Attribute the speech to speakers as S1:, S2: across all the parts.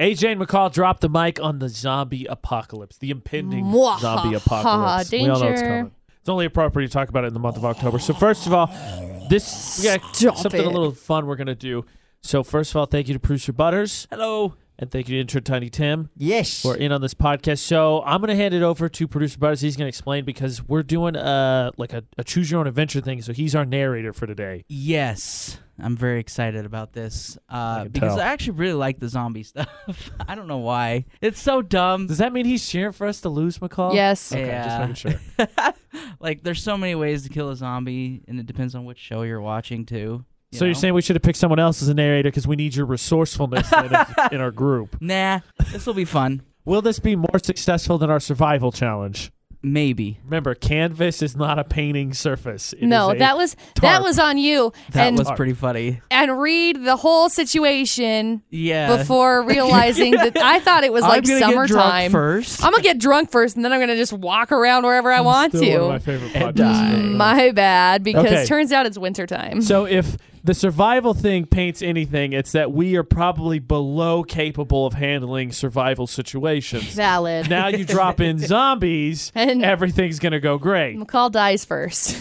S1: AJ and McCall dropped the mic on the zombie apocalypse, the impending
S2: Mwah.
S1: zombie apocalypse. We all know it's
S2: Danger.
S1: coming. It's only appropriate to talk about it in the month of October. So first of all, this we got
S2: Stop
S1: something a
S2: it.
S1: little fun we're gonna do. So first of all, thank you to producer Butters. Hello. And thank you to intern Tiny Tim.
S3: Yes.
S1: We're in on this podcast. So I'm gonna hand it over to producer Butters. He's gonna explain because we're doing uh like a, a choose your own adventure thing. So he's our narrator for today.
S3: yes. I'm very excited about this
S1: I
S3: uh,
S1: can
S3: because
S1: tell.
S3: I actually really like the zombie stuff. I don't know why. It's so dumb.
S1: Does that mean he's cheering for us to lose, McCall?
S2: Yes.
S1: Okay,
S3: Yeah.
S1: just making sure.
S3: like, there's so many ways to kill a zombie, and it depends on which show you're watching, too. you
S1: So
S3: know?
S1: you're saying we should have picked someone else as a narrator because we need your resourcefulness in, in our group.
S3: Nah, this will be fun.
S1: Will this be more successful than our survival challenge?
S3: Maybe.
S1: Remember, canvas is not a painting surface. It
S2: no,
S1: is a-
S2: that was that
S1: tarp.
S2: was on you.
S3: That
S2: and
S3: was pretty funny.
S2: and read the whole situation
S3: Yeah.
S2: before realizing that I thought it was
S3: I'm
S2: like
S3: gonna get drunk
S2: summertime.
S3: first.
S2: I'm gonna get drunk first, and then I'm gonna just walk around wherever I want
S1: still
S2: to.
S1: one of my favorite
S3: And
S1: podcasts.
S2: My bad, because
S1: Okay.
S2: turns out it's wintertime.
S1: So if the survival thing paints anything, it's that we are probably below capable of handling survival situations.
S2: Valid.
S1: now you drop in zombies,
S2: And-
S1: everything's gonna go great.
S2: McCall dies first.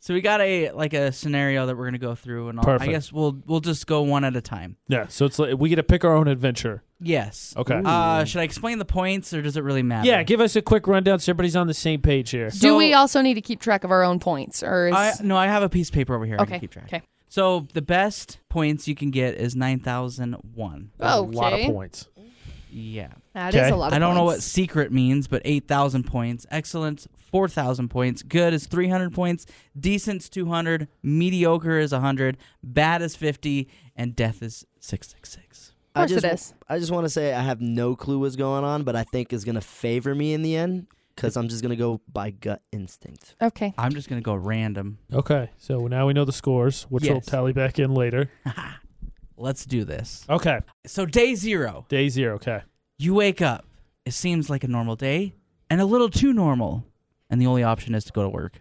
S3: So we got a like a scenario that we're gonna go through, and I'll, I
S1: Perfect.
S3: guess we'll we'll just go one at a time.
S1: Yeah, so it's like we get to pick our own adventure.
S3: Yes.
S1: Okay.
S3: Uh, should I explain the points, or does it really matter?
S1: Yeah, give us a quick rundown so everybody's on the same page here.
S2: Do
S3: So-
S2: we also need to keep track of our own points, or is
S3: I, no, I have a piece of paper over here. I
S2: okay?
S3: can keep track.
S2: Okay.
S3: So the best points you can get is nine thousand one.
S1: That's A lot of
S2: Okay.
S1: points.
S3: Yeah.
S2: That
S1: Okay.
S2: is a lot. Of
S3: I don't know what
S2: points.
S3: secret means, but eight thousand points. Excellent, four thousand points. Good is three hundred points. Decent's two hundred. Mediocre is hundred. Bad is fifty, and death is six six six.
S2: Of course
S4: I just,
S2: it is.
S4: I just want to say I have no clue what's going on, but I think it's gonna favor me in the end because I'm just gonna go by gut instinct.
S2: Okay.
S3: I'm just gonna go random.
S1: Okay, so now we know the scores, which will
S3: Yes.
S1: tally back in later.
S3: Let's do this.
S1: Okay,
S3: So, day zero,
S1: day zero. Okay,
S3: you wake up. It seems like a normal day and a little too normal. And the only option is to go to work.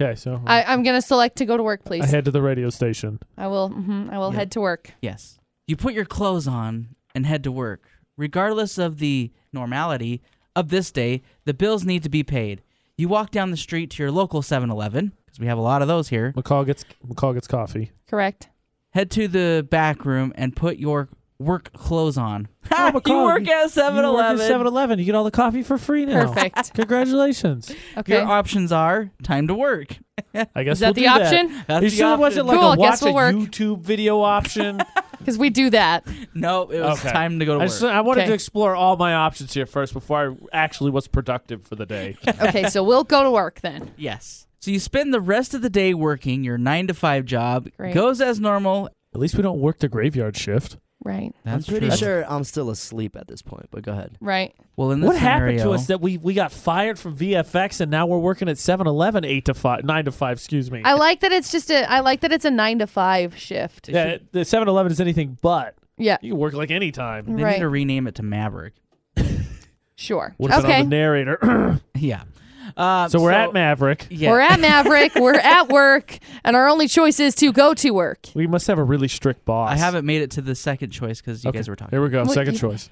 S1: okay. So
S2: I, I'm gonna select to go to work, please.
S1: I head to the radio station.
S2: I will. mhm, I will
S3: Yeah.
S2: head to work.
S3: Yes. You put your clothes on and head to work. Regardless of the normality of this day, the bills need to be paid. You walk down the street to your local 7 Eleven, because we have a lot of those here.
S1: McCall gets McCall gets coffee.
S2: Correct.
S3: Head to the back room and put your work clothes on.
S1: Oh,
S3: you
S1: McCall,
S3: work at 7
S1: Seven
S3: Eleven.
S1: Eleven. You get all the coffee for free now.
S2: Perfect.
S1: Congratulations.
S2: Okay.
S3: Your options are time to work.
S1: I guess
S2: is that
S1: we'll
S2: the
S1: do that.
S2: option?
S3: That's
S1: you
S3: the
S1: sure it wasn't like
S3: option.
S2: Cool,
S1: a
S2: I
S1: watch
S2: guess we'll
S1: a
S2: work.
S1: YouTube video option?
S2: Because we do that.
S3: No, it was
S1: Okay.
S3: time to go to
S1: I,
S3: work.
S1: just, I wanted
S2: Okay.
S1: to explore all my options here first before I actually was productive for the day.
S2: Okay, so we'll go to work then.
S3: yes. So you spend the rest of the day working your nine to five job,
S2: Great.
S3: goes as normal.
S1: At least we don't work the graveyard shift.
S2: Right.
S3: That's
S4: I'm pretty
S3: true.
S4: sure I'm still asleep at this point, but go ahead.
S2: Right.
S3: Well, in this
S1: What happened to
S3: scenario-
S1: us that we, we got fired from VFX and now we're working at 7-Eleven 8 to 5 9 to 5, excuse me.
S2: I like that it's just a I like that it's a 9 to 5 shift.
S1: yeah, the 7-Eleven is anything but.
S2: Yeah.
S1: You can work like any time.
S3: They need
S2: Right.
S3: to rename it to Maverick.
S2: Sure.
S1: Would have
S2: okay.
S1: been on the narrator.
S3: Yeah. Uh,
S1: so we're at Maverick.
S3: Yeah.
S2: We're at Maverick, we're at work, and our only choice is to go to work.
S1: We must have a really strict boss.
S3: I haven't made it to the second choice because you guys were talking.
S1: Here we go.
S2: What-
S1: Second choice.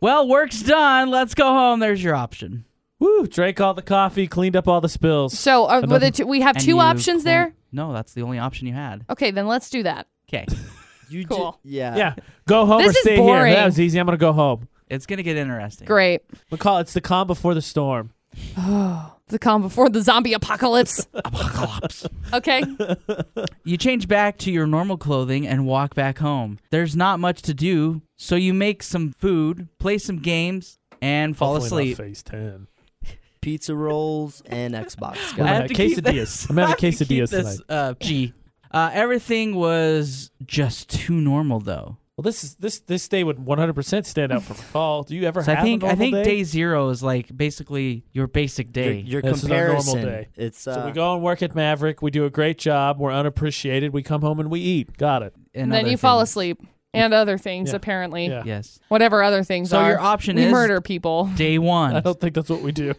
S3: Well, work's done. Let's go home. There's your option.
S1: Woo! Drank all the coffee, cleaned up all the spills.
S2: So, are, were
S1: Another-
S2: the two, we have
S3: And
S2: two
S3: you
S2: options
S3: clone-
S2: there?
S3: No, that's the only option you had.
S2: Okay, then let's do that.
S3: Okay.
S4: You ju-
S2: Cool.
S4: yeah.
S1: Yeah, go home
S2: This
S1: or
S2: is
S1: stay
S2: boring.
S1: here. That was easy. I'm gonna go home.
S3: it's going to get interesting.
S2: Great.
S1: McCall, it's the calm before the storm.
S2: The calm before the zombie apocalypse.
S3: Apocalypse.
S2: Okay.
S3: You change back to your normal clothing and walk back home. There's not much to do, so you make some food, play some games, and fall
S1: Hopefully not
S3: asleep.
S1: Phase ten.
S4: Pizza rolls and Xbox.
S1: I'm
S3: I
S4: guys.
S3: have
S1: gonna
S3: to
S1: have
S3: keep
S1: quesadillas.
S3: this-
S1: I'm having
S3: I have to keep
S1: quesadillas
S3: this, Uh, G. Uh, everything was just too normal, though.
S1: Well, this is this this day would 100 percent stand out for McCall. Do you ever
S3: So
S1: have
S3: I think
S1: a
S3: I
S1: normal
S3: think
S1: day?
S3: day? zero is like basically your basic
S4: Your,
S3: day.
S4: your
S1: This is our normal
S4: comparison.
S1: day.
S4: It's uh,
S1: So we go and work at Maverick. We do a great job. We're unappreciated. We come home and we eat. Got it.
S2: and then you fall
S3: things.
S2: asleep and other things
S1: Yeah.
S2: apparently.
S1: Yeah.
S3: Yes.
S2: Whatever other things
S3: So
S2: are.
S3: your option
S2: we
S3: is
S2: murder people.
S3: day
S1: I
S3: one.
S1: don't think that's what we do.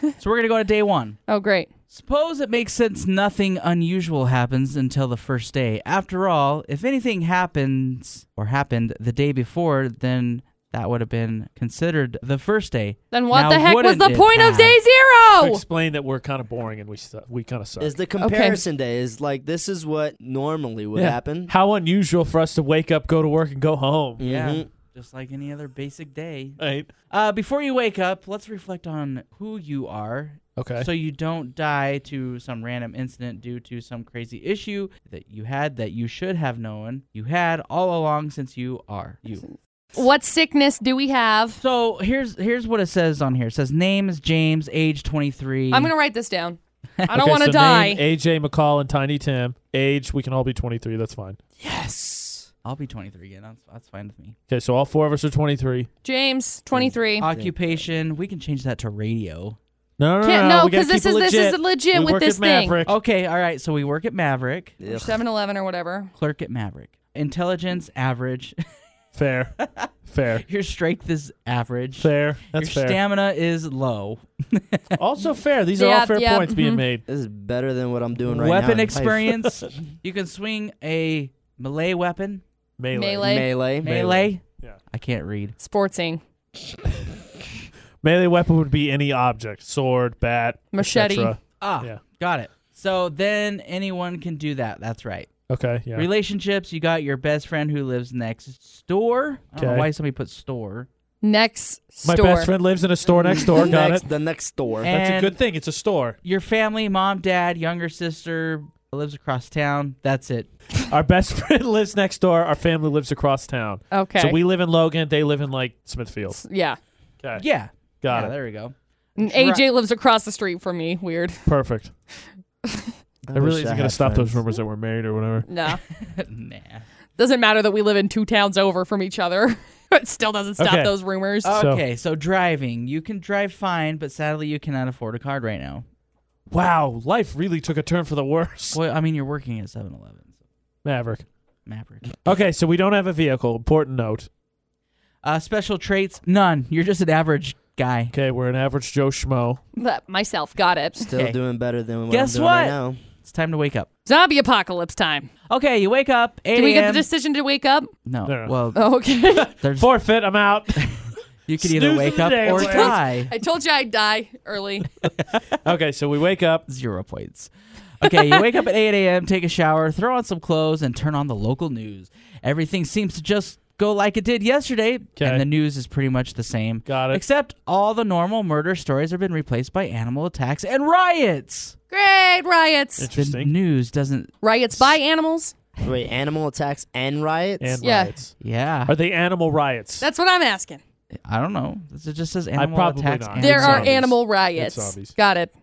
S3: so we're gonna go to day one.
S2: Oh, great.
S3: Suppose it makes sense nothing unusual happens until the first day. After all, if anything happens or happened the day before, then that would have been considered the first day.
S2: Then what
S3: Now,
S2: the heck was
S3: wouldn't
S2: the
S3: it
S2: point of
S3: have-
S2: day
S1: To
S2: zero?
S1: explain that we're kind of boring and we su- we kind of suck.
S4: Is the comparison day is like this is what normally would
S1: Yeah.
S4: happen.
S1: How unusual for us to wake up, go to work, and go home.
S3: Yeah,
S4: Mhm.
S3: just like any other basic day.
S1: Right?
S3: Uh, before you wake up, let's reflect on who you are
S1: Okay.
S3: so you don't die to some random incident due to some crazy issue that you had that you should have known you had all along since you are you.
S2: What sickness do we have?
S3: So here's here's what it says on here. It says name is James, age 23.
S2: I'm gonna write this down. I don't
S1: Okay,
S2: want to
S1: so
S2: die.
S1: name, AJ McCall and Tiny Tim. Age, we can all be 23. That's fine.
S4: Yes.
S3: I'll be 23 again. That's, that's fine with me.
S1: Okay, so all four of us are 23.
S2: James, 23.
S3: Occupation. We can change that to radio.
S1: No, no,
S2: Can't,
S1: no,
S2: no,
S1: we gotta
S2: because this
S1: keep
S2: is
S1: it
S2: this is
S1: legit.
S2: legit
S1: We
S2: with
S1: work
S2: this
S1: at
S2: thing. Oh.
S1: Maverick.
S3: Okay. All right. So we work at Maverick.
S4: Ugh.
S2: 7-Eleven or whatever.
S3: Clerk at Maverick. Intelligence average.
S1: Fair, fair,
S3: Your strength is average.
S1: fair. That's
S3: Your
S1: fair.
S3: stamina is low.
S1: also fair. These are
S2: Yeah,
S1: all fair
S2: yeah,
S1: points being
S2: mhm.
S1: made.
S4: This is better than what I'm doing right now.
S3: weapon
S4: in life.
S3: experience. you can swing a melee weapon.
S1: Melee.
S2: Melee.
S4: Melee.
S3: Melee.
S1: Yeah.
S3: I can't read.
S2: Sportsing.
S1: Melee weapon would be any object: sword, bat, et
S2: Machete.
S1: cetera.
S3: Ah,
S1: Yeah.
S3: got it. So then anyone can do that. That's right.
S1: Okay. Yeah.
S3: Relationships. You got your best friend who lives next store. I don't know
S1: Okay.
S3: why somebody put store.
S2: Next
S1: My
S2: store.
S1: best friend lives in a store next door. Got
S4: next,
S1: it.
S4: The next store.
S3: And-
S1: That's a good thing. It's a store.
S3: Your family, mom, dad, younger sister lives across town. That's it.
S1: Our best friend lives next door. Our family lives across town.
S2: Okay.
S1: So we live in Logan. They live in like Smithfield.
S2: yeah.
S1: Okay.
S3: Yeah.
S1: Got
S3: yeah,
S1: it.
S3: There we go.
S2: And AJ lives across the street from me. Weird.
S1: Perfect.
S4: I
S1: It really
S4: wish I
S1: isn't going to
S4: had
S1: stop those
S4: friends.
S1: rumors that we're married or whatever.
S2: No.
S3: nah.
S2: doesn't matter that we live in two towns over from each other. it still doesn't stop
S1: Okay. Uh,
S2: those rumors.
S1: So-
S3: Okay, so driving. You can drive fine, but sadly you cannot afford a card right now.
S1: Wow, life really took a turn for the worse.
S3: Well, I mean you're working at 7-Eleven. So
S1: Maverick.
S3: Maverick.
S1: Okay, so we don't have a vehicle. Important note.
S3: Uh, special traits? None. You're just an average guy.
S1: Okay, we're an average Joe Schmo.
S2: But myself got it.
S4: Still
S3: Okay.
S4: doing better than what
S3: Guess
S4: I'm doing
S3: what?
S4: right now.
S3: It's time to wake up.
S2: Zombie apocalypse time.
S3: Okay, you wake up. 8
S2: Did we get the
S3: a.m.
S2: decision to wake up?
S3: No.
S1: No, no.
S3: Well,
S2: Oh, okay.
S3: there's,
S1: Forfeit. I'm out.
S3: you could
S1: Snooze
S3: either
S1: of
S3: wake
S1: the
S3: up
S1: day,
S3: or
S1: Lance.
S3: die.
S2: I told you I'd die early.
S1: okay, so we wake up.
S3: Zero points. Okay, you wake up at 8 a.m., take a shower, throw on some clothes, and turn on the local news. Everything seems to just go like it did yesterday,
S1: Okay.
S3: and the news is pretty much the same.
S1: Got it.
S3: Except all the normal murder stories have been replaced by animal attacks and riots.
S2: Great riots.
S3: The
S1: Interesting.
S3: news doesn't.
S2: Riots by animals?
S4: Wait, animal attacks and riots.
S1: And
S2: Yeah.
S1: riots.
S3: Yeah,
S1: Are they animal riots?
S2: That's what I'm asking.
S3: I don't know. It just says animal
S1: probably
S3: attacks.
S1: not.
S3: and
S2: There are
S1: zombies.
S2: animal riots.
S1: zombies.
S2: Got it.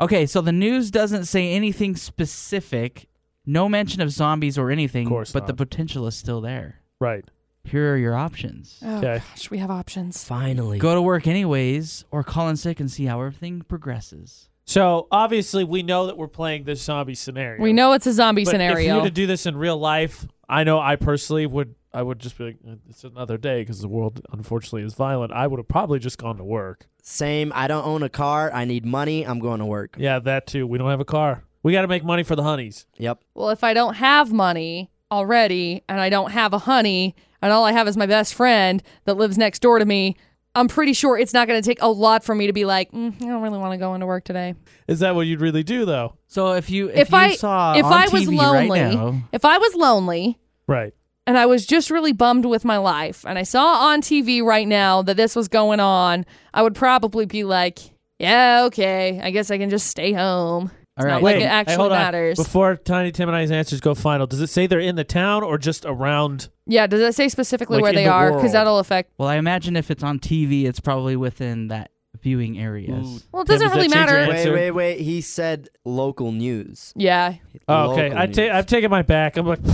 S3: Okay, so the news doesn't say anything specific. No mention of zombies or anything,
S1: Of course
S3: but the
S1: not.
S3: potential is still there.
S1: right.
S3: Here are your options.
S2: Oh,
S1: Okay.
S2: gosh, we have options.
S4: Finally.
S3: Go to work anyways or call in sick and see how everything progresses.
S1: So obviously, we know that we're playing this zombie scenario.
S2: We know it's a zombie
S1: But If you were
S2: scenario.
S1: to do this in real life, I know I personally would. I would just be like, "Uh, it's another day because the world unfortunately is violent. I would have probably just gone to work.
S4: Same. I don't own a car. I need money. I'm going to work.
S1: Yeah, that too. We don't have a car. We got to make money for the honeys.
S4: Yep.
S2: well, if I don't have money already and I don't have a honey and all I have is my best friend that lives next door to me, I'm pretty sure it's not going to take a lot for me to be like, mm, I don't really want to go into work today.
S1: Is that what you'd really do though?
S3: So if you if,
S2: If
S3: you
S2: I-
S3: saw
S2: if
S3: on
S2: I was
S3: TV
S2: lonely-
S3: right now,
S2: If I was lonely
S1: Right.
S2: and I was just really bummed with my life and I saw on TV right now that this was going on, I would probably be like, yeah, okay, I guess I can just stay home. not
S3: all right,
S2: like
S1: Wait,
S2: it
S1: hey,
S2: actually
S1: hold on.
S2: matters.
S1: Before Tiny Tim and I's answers go final, does it say they're in the town or just around?
S2: Yeah, does it say specifically
S1: Like
S2: where
S1: in
S2: they
S1: the
S2: are? Because
S1: world.
S2: that'll affect.
S3: well, I imagine if it's on TV, it's probably within that viewing areas.
S1: Ooh.
S2: Well, it
S1: Tim, does
S2: doesn't
S1: that
S2: really
S1: change your
S2: matter.
S1: answer?
S4: Wait, wait, wait. He said local news.
S2: Yeah,
S1: Oh, okay,
S4: Local
S1: I ta-
S4: news.
S1: I'm taking my back. I'm like,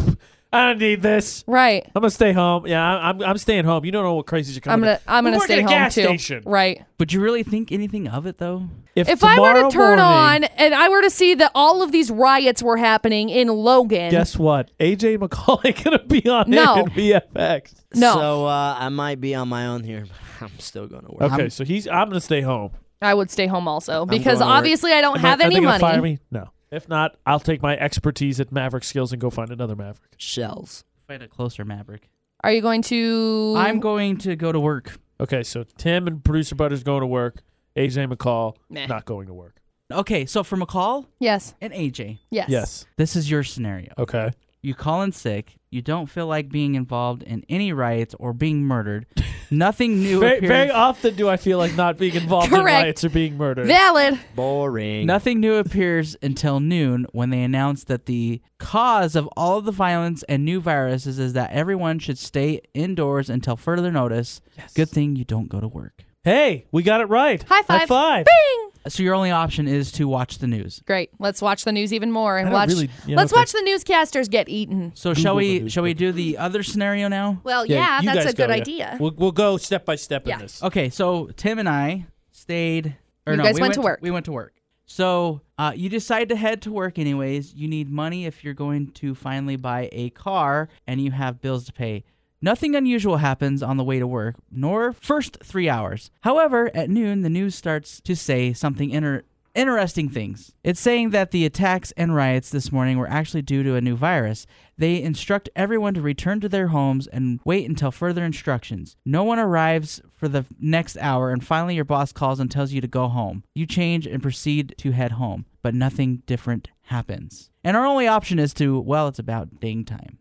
S1: I don't need this.
S2: right.
S1: I'm gonna stay home. Yeah, I- I'm I'm staying home. You don't know what crazies are
S2: I'm
S1: coming.
S2: gonna I'm
S1: We
S2: gonna
S1: work
S2: stay
S1: at a
S2: home
S1: gas
S2: too.
S1: station.
S2: Right.
S3: Would you really think anything of it though?
S2: If I were to
S1: tomorrow
S2: turn
S1: morning-
S2: on and I were to see that all of these riots were happening in Logan,
S1: guess what? AJ McCall ain't gonna be on
S2: No.
S1: it in VFX.
S2: no,
S4: So uh, I might be on my own here. But I'm still going to work.
S1: Okay,
S3: I'm-
S1: so he's. I'm gonna stay home.
S2: I would stay home also because
S4: going to work.
S2: obviously I don't
S1: Am I-
S2: have
S1: are
S2: any
S1: they gonna
S2: money.
S1: Fire me? No. If not, I'll take my expertise at Maverick skills and go find another Maverick.
S4: Shells.
S3: Find a closer Maverick.
S2: Are you going to?
S3: I'm going to go to work.
S1: Okay, so Tim and producer Butter's going to work. AJ McCall
S2: Meh.
S1: not going to work.
S3: Okay, so for McCall
S2: Yes.
S3: and AJ,
S2: Yes.
S1: Yes.
S3: this is your scenario.
S1: Okay.
S3: You call in sick. You don't feel like being involved in any riots or being murdered. Nothing new
S1: Very,
S3: appears.
S1: very often do I feel like not being involved in
S2: Correct.
S1: riots or being murdered.
S2: Valid.
S4: Boring.
S3: Nothing new appears until noon when they announce that the cause of all of the violence and new viruses is that everyone should stay indoors until further notice. Good thing you don't go to work.
S1: Hey, we got it right.
S2: High five.
S1: High five.
S2: Bing.
S3: So your only option is to watch the news.
S2: Great. Let's watch the news even more and
S1: don't
S2: watch.
S1: really- you know,
S2: let's
S1: if I-
S2: watch the newscasters get eaten.
S3: So shall
S1: Google the
S3: we
S1: news
S3: shall we
S1: quick.
S3: do the other scenario now?
S2: Well,
S1: Yeah,
S2: yeah,
S1: you
S2: that's
S1: guys
S2: a good
S1: go, yeah.
S2: idea.
S1: We'll, we'll go step by step
S2: Yeah.
S1: in this.
S3: Okay, so Tim and I stayed. Or
S2: You
S3: no,
S2: guys
S3: we
S2: went to work.
S3: we went to work. So uh, you decide to head to work anyways. You need money if you're going to finally buy a car, and you have bills to pay. Nothing unusual happens on the way to work, nor first three hours. However, at noon, the news starts to say something inter- interesting things. It's saying that the attacks and riots this morning were actually due to a new virus. They instruct everyone to return to their homes and wait until further instructions. No one arrives for the next hour, and finally, your boss calls and tells you to go home. You change and proceed to head home, but nothing different happens. And our only option is to, well, it's about ding time.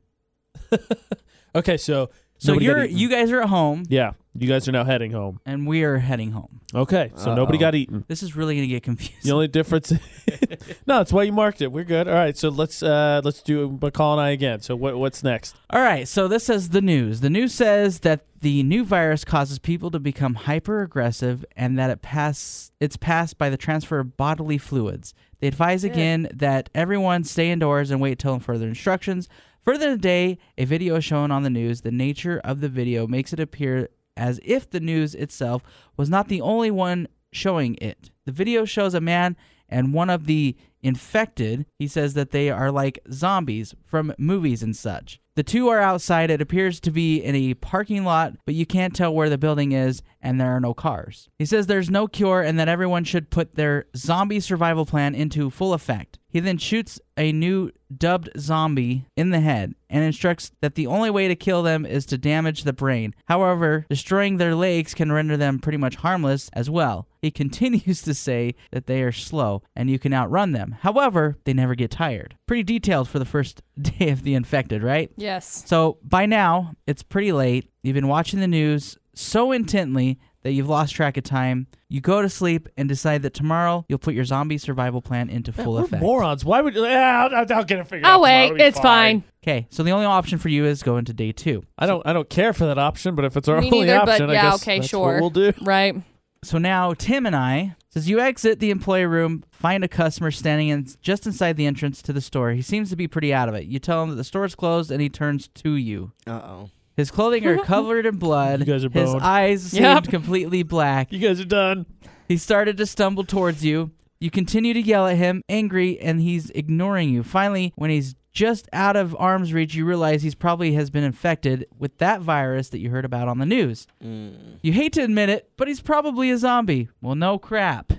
S1: Okay, so
S3: So
S1: nobody got
S3: you're
S1: eaten.
S3: you guys are at home,
S1: Yeah, you guys are now heading home.
S3: and we are heading home.
S1: Okay, so nobody
S4: Uh-oh.
S1: got eaten.
S3: This is really gonna get confusing.
S1: The only difference, no, that's why you marked it. We're good. All right, so let's uh let's do McCall and I again. So what what's next?
S3: All right, so this is the news. The news says that the new virus causes people to become hyper aggressive and that it pass it's passed by the transfer of bodily fluids. They advise again that everyone stay indoors and wait till further instructions. Further today, a video is shown on the news. The nature of the video makes it appear as if the news itself was not the only one showing it. The video shows a man and one of the infected. He says that they are like zombies from movies and such. The two are outside. It appears to be in a parking lot, but you can't tell where the building is, and there are no cars. He says there's no cure and that everyone should put their zombie survival plan into full effect. He then shoots a new dubbed zombie in the head and instructs that the only way to kill them is to damage the brain. However, destroying their legs can render them pretty much harmless as well. He continues to say that they are slow and you can outrun them. However, they never get tired. Pretty detailed for the first day of the infected, right?
S2: Yes.
S3: So by now, it's pretty late. You've been watching the news so intently that you've lost track of time. You go to sleep and decide that tomorrow you'll put your zombie survival plan into full
S1: We're
S3: effect.
S1: morons. Why would? Ah, I'll, I'll get it figured out. tomorrow.
S2: Oh wait,
S1: It'll be
S2: it's fine.
S3: Okay, so the only option for you is go into day two.
S1: I don't I don't care for that option, but if it's our
S2: Me
S1: only
S2: neither, but
S1: option, I
S2: yeah,
S1: guess
S2: okay,
S1: that's
S2: sure.
S1: what we'll do.
S2: Right.
S3: So now Tim and I says you exit the employee room, find a customer standing in just inside the entrance to the store. He seems to be pretty out of it. You tell him that the store is closed, and he turns to you.
S4: Uh oh.
S3: His clothing are covered in blood.
S1: You guys are
S3: His
S1: boned.
S3: eyes seemed
S2: Yep.
S3: completely black.
S1: You guys are done.
S3: He started to stumble towards you. You continue to yell at him, angry, and he's ignoring you. Finally, when he's just out of arm's reach, you realize he's probably has been infected with that virus that you heard about on the news. You hate to admit it, but he's probably a zombie. Well, no crap.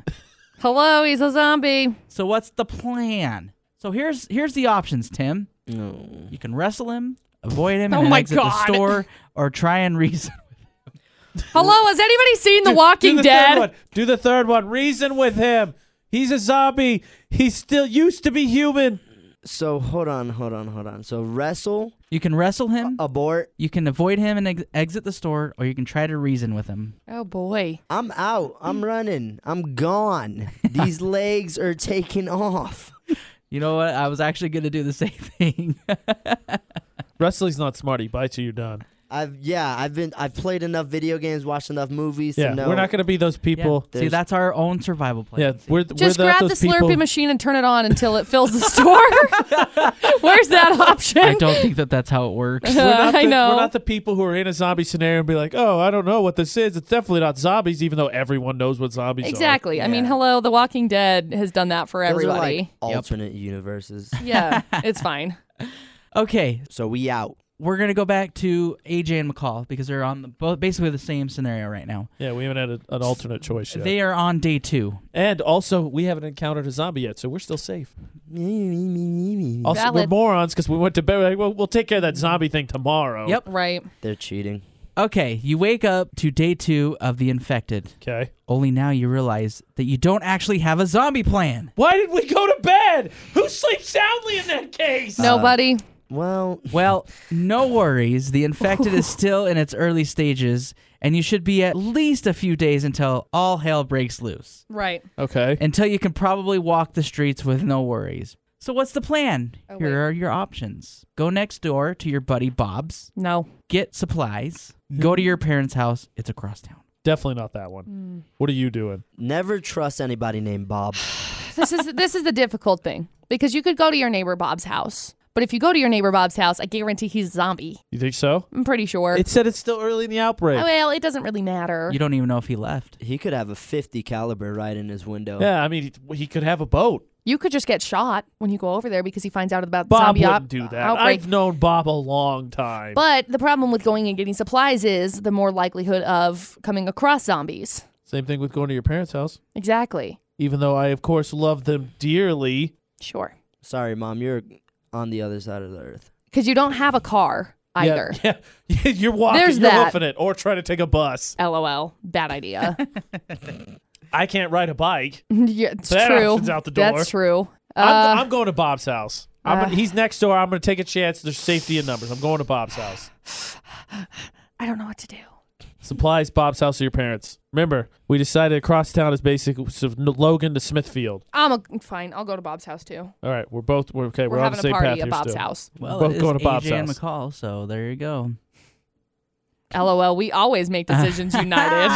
S2: Hello, he's a zombie.
S3: So what's the plan? So here's here's the options, Tim.
S4: No.
S3: You can wrestle him, avoid him,
S2: Oh
S3: and
S2: my
S3: exit
S2: God.
S3: the store, or try and reason.
S2: Hello, has anybody seen The Walking
S1: do the Third one.
S2: Dead?
S1: Do the third one. Reason with him. He's a zombie. He still used to be human.
S4: So hold on, hold on, hold on. So wrestle,
S3: You can wrestle him.
S4: abort.
S3: You can avoid him and ex- exit the store, or you can try to reason with him.
S2: Oh boy.
S4: I'm out.
S1: Mm.
S4: I'm running. I'm gone. These legs are taking off.
S3: You know what? I was actually going to do the same thing.
S1: Wrestling's not smart. He bites you. You're done.
S4: I've yeah. I've been. I've played enough video games, watched enough movies
S1: Yeah,
S4: to know.
S1: we're not going to be those people.
S3: See,
S4: There's-
S3: that's our own survival plan.
S1: Yeah,
S3: See?
S1: we're, th-
S2: Just
S1: we're
S2: grab the
S1: those
S2: Slurpee
S1: people.
S2: machine and turn it on until it fills the store. Where's that option?
S3: I don't think that that's how it works.
S1: We're
S2: Uh,
S1: not the,
S2: I know.
S1: We're not the people who are in a zombie scenario and be like, oh, I don't know what this is. It's definitely not zombies, even though everyone knows what zombies
S2: exactly. I mean,
S4: Yeah.
S2: hello, The Walking Dead has done that for
S4: Those
S2: everybody.
S4: Are like alternate universes.
S2: yeah, it's fine.
S3: okay,
S4: So we out.
S3: we're gonna go back to AJ and McCall because they're on the, both basically the same scenario right now.
S1: Yeah, we haven't had a, an alternate choice yet.
S3: They are on day two.
S1: and also, we haven't encountered a zombie yet, so we're still safe. Also,
S2: Valid.
S1: we're morons because we went to bed. We're like, well, we'll take care of that zombie thing tomorrow.
S3: Yep.
S2: Right.
S4: They're cheating.
S3: Okay, you wake up to day two of the infected.
S1: Okay.
S3: Only now you realize that you don't actually have a zombie plan.
S1: Why did we go to bed? Who sleeps soundly in that case?
S2: Nobody.
S4: Well,
S3: Well, no worries. The infected is still in its early stages, and you should be at least a few days until all hell breaks loose.
S2: Right.
S1: Okay.
S3: Until you can probably walk the streets with no worries. So, what's the plan?
S2: Oh,
S3: Here
S2: wait.
S3: are your options go next door to your buddy Bob's,
S2: No.
S3: get supplies, go to
S1: Hmm.
S3: your parents' house. It's across town.
S1: Definitely not that one.
S2: Hmm.
S1: What are you doing?
S4: never trust anybody named Bob.
S2: this is this is the difficult thing because you could go to your neighbor Bob's house, but if you go to your neighbor Bob's house, I guarantee he's a zombie.
S1: You think so?
S2: I'm pretty sure. Oh,
S1: It said it's still early in the outbreak.
S2: well, it doesn't really matter.
S3: You don't even know if he left.
S4: He could have a 50 caliber right in his window.
S1: yeah, I mean, he, he could have a boat.
S2: You could just get shot when you go over there because he finds out about the
S1: Bob
S2: zombie
S1: wouldn't
S2: op-
S1: do that.
S2: outbreak.
S1: I've known Bob a long time.
S2: But the problem with going and getting supplies is the more likelihood of coming across zombies.
S1: Same thing with going to your parents' house.
S2: Exactly.
S1: Even though I, of course, love them dearly.
S2: Sure.
S4: Sorry, mom, you're on the other side of the earth.
S2: Because you don't have a car either.
S1: Yeah, yeah. you're walking,
S2: There's
S1: you're
S2: that.
S1: woofing it, or trying to take a bus.
S2: LOL. Bad idea.
S1: I can't ride a bike.
S2: yeah, it's
S1: That
S2: true.
S1: option's out the door.
S2: That's true.
S1: I'm,
S2: Uh,
S1: I'm going to Bob's house. I'm
S2: uh,
S1: gonna, he's next door. I'm going to take a chance. There's safety in numbers. I'm going to Bob's house.
S2: I don't know what to do.
S1: Supplies Bob's house or your parents. Remember, we decided across town is basically so Logan to Smithfield.
S2: I'm a, fine. I'll go to Bob's house too.
S1: All right, we're both we're okay.
S2: We're,
S1: We're, on the
S2: having a
S1: same path
S2: party
S1: here
S2: at Bob's
S1: still.
S2: house.
S3: Well,
S1: Both
S3: it is
S1: going to Bob's
S3: AJ and
S1: house.
S3: McCall, so there you go.
S2: LOL. We always make decisions united.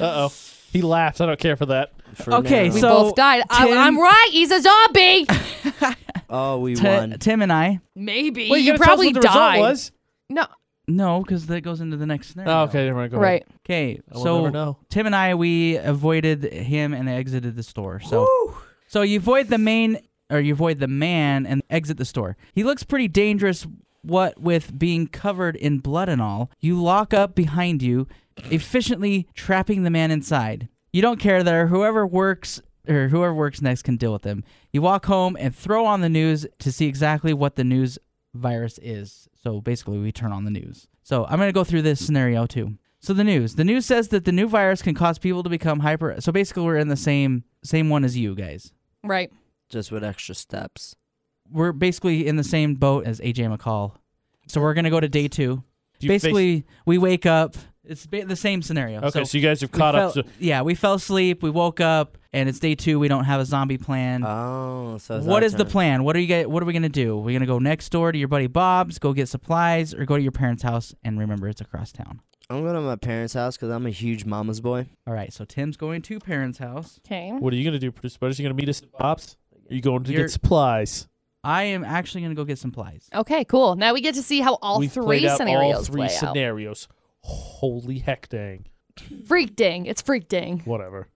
S1: Uh oh, he laughs. I don't care for that.
S4: For
S3: Okay,
S4: now.
S2: We
S3: so-
S2: both died. I,
S3: Tim-
S2: I'm right. He's a zombie.
S4: oh, we
S3: Ti-
S4: won.
S3: Tim and I.
S2: Maybe
S1: Wait,
S2: you
S1: gonna tell us
S2: probably
S1: what the result
S2: died.
S1: was?
S2: No.
S3: No, because that goes into the next scenario.
S1: Oh, okay, never mind. Go ahead.
S2: Right.
S3: Okay,
S1: I will never
S3: so
S1: know.
S3: Tim and I, we avoided him and exited the store. So, so you avoid the main, or you avoid the man and exit the store. He looks pretty dangerous. What with being covered in blood and all, you lock up behind you, efficiently trapping the man inside. You don't care there. Whoever works or whoever works next can deal with them. You walk home and throw on the news to see exactly what the news virus is. So basically, we turn on the news. So I'm going to go through this scenario too. So the news, the news says that the new virus can cause people to become hyper. So basically, we're in the same same one as you guys.
S2: Right.
S4: Just with extra steps.
S3: We're basically in the same boat as AJ McCall. So we're going to go to day two.
S1: Do you face-
S3: basically, we wake up. It's ba- the same scenario.
S1: okay, so,
S3: So
S1: you guys have
S3: we
S1: caught up.
S3: fell-
S1: So,
S3: yeah, we fell asleep. We woke up, and it's day two. We don't have a zombie plan.
S4: Oh, so it's
S3: what
S4: our
S3: is the
S4: turn.
S3: plan? What are you guys, What are we gonna do? We're gonna go next door to your buddy Bob's, go get supplies, or go to your parents' house. And remember, it's across town.
S4: I'm going to my parents' house because I'm a huge mama's boy.
S3: All right. So Tim's going to parents' house.
S2: Okay.
S1: what are you gonna do, producer? Butters? You gonna meet us at Bob's? Are you going to
S3: You're-
S1: get supplies?
S3: I am actually gonna go get supplies.
S2: Okay. Cool. Now we get to see how all
S1: We've
S2: three
S1: played out
S2: scenarios
S1: all three
S2: play
S1: scenarios. Holy heck, dang!
S2: out. Freak ding. It's freak ding.
S1: Whatever.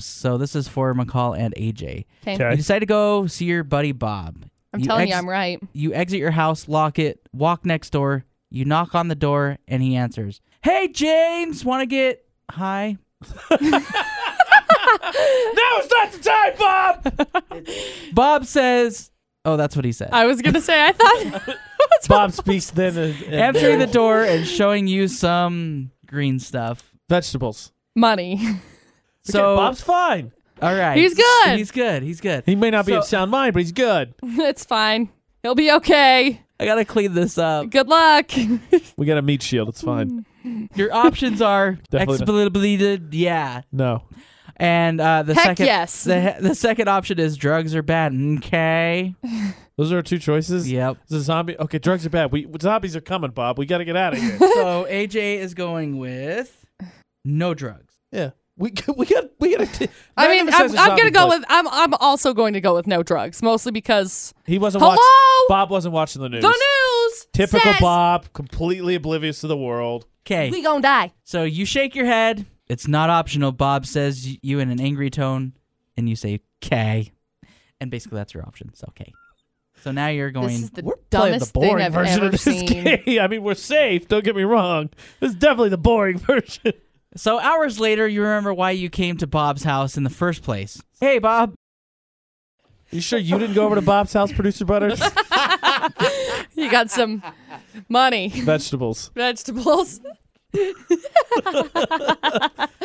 S3: So this is for McCall and AJ.
S2: Okay.
S1: Okay.
S3: You decide to go see your buddy Bob.
S2: I'm telling you,
S3: ex-
S2: I'm right.
S3: You exit your house, lock it, walk next door. You knock on the door, and he answers. Hey, James, want to get high?
S1: Now it's not the time, Bob.
S3: Bob says. Oh, that's what he said.
S2: I was gonna say. I thought.
S1: Bob speaks then. And, and
S3: Answering the door and showing you some green stuff.
S1: vegetables.
S2: Money.
S1: So
S3: So
S1: Bob's fine.
S3: all right,
S2: He's good.
S3: He's good. He's good.
S1: He may not be
S3: So-
S1: of sound mind, but he's good.
S2: it's fine. He'll be okay.
S3: I gotta clean this up.
S2: Good luck.
S1: We got a meat shield. It's fine.
S3: Your options are
S1: Definitely
S3: expletive, yeah,
S1: No.
S3: and uh, the
S2: Heck
S3: second
S2: yes.
S3: the, the second option is drugs are bad. Okay.
S1: Those are our two choices.
S3: Yep.
S1: The zombie. Okay, drugs are bad. We zombies are coming, Bob. We got to get out of here.
S3: so AJ is going with no drugs.
S1: yeah. We we got we got. to
S2: I mean, I'm, I'm gonna go with. I'm. I'm also going to go with no drugs, mostly because
S1: He wasn't
S2: Hello?
S1: watching. Bob wasn't watching the news.
S2: the news.
S1: Typical
S2: says
S1: Bob, completely oblivious to the world.
S3: Okay.
S2: We gonna die.
S3: So you shake your head. It's not optional. Bob says y- you in an angry tone, and you say "K," and basically that's your option. So "K." So now you're going.
S2: this is the
S1: we're playing the
S2: dumbest thing
S1: boring
S2: I've
S1: version
S2: ever
S1: of this
S2: seen.
S1: game. I mean, we're safe. Don't get me wrong. This is definitely the boring version.
S3: so hours later, you remember why you came to Bob's house in the first place. Hey, Bob.
S1: You sure you didn't go over to Bob's house, producer butters?
S2: You got some money,
S1: Vegetables.
S2: vegetables.
S1: All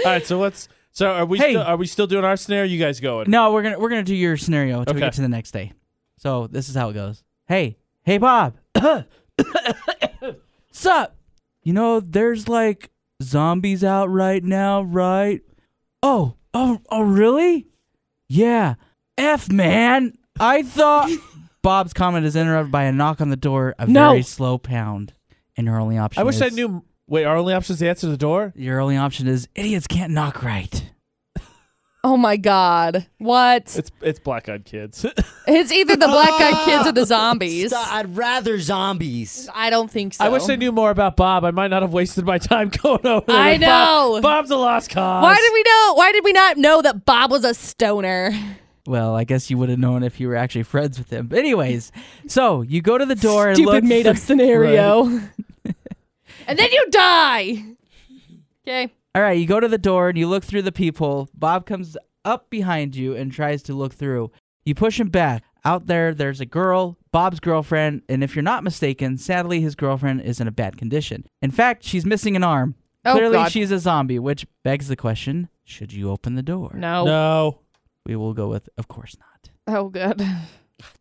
S1: right, so let's. So are we?
S3: Hey.
S1: Still, are we still doing our snare? You guys going?
S3: No, we're gonna we're gonna do your scenario until we
S1: Okay.
S3: get to the next day. So this is how it goes. Hey, hey, Bob. Sup? You know, there's like zombies out right now, right? Oh, oh, oh, really? Yeah. F man. I thought Bob's comment is interrupted by a knock on the door, a
S1: No.
S3: very slow pound, and your only option.
S1: I wish I
S3: is-
S1: knew. Wait, our only option is to answer the door.
S3: Your only option is idiots can't knock right.
S2: Oh my god! What?
S1: It's it's black eyed kids.
S2: It's either the black eyed kids or the zombies.
S4: Stop, I'd rather zombies.
S2: I don't think so.
S1: I wish I knew more about Bob. I might not have wasted my time going over. there
S2: I
S1: with Bob.
S2: know.
S1: Bob's a lost cause.
S2: Why did we know? Why did we not know that Bob was a stoner?
S3: Well, I guess you would have known if you were actually friends with him. But anyways, so you go to the door and look
S2: Stupid made up
S3: for-
S2: scenario. and then you die. Okay.
S3: All right, you go to the door and you look through the peephole. Bob comes up behind you and tries to look through. You push him back. Out there, there's a girl, Bob's girlfriend, and if you're not mistaken, sadly his girlfriend is in a bad condition. In fact, she's missing an arm.
S2: Oh,
S3: Clearly,
S2: God.
S3: she's a zombie, which begs the question: Should you open the door?
S2: No.
S1: No.
S3: We will go with, of course not.
S2: Oh, good.
S4: I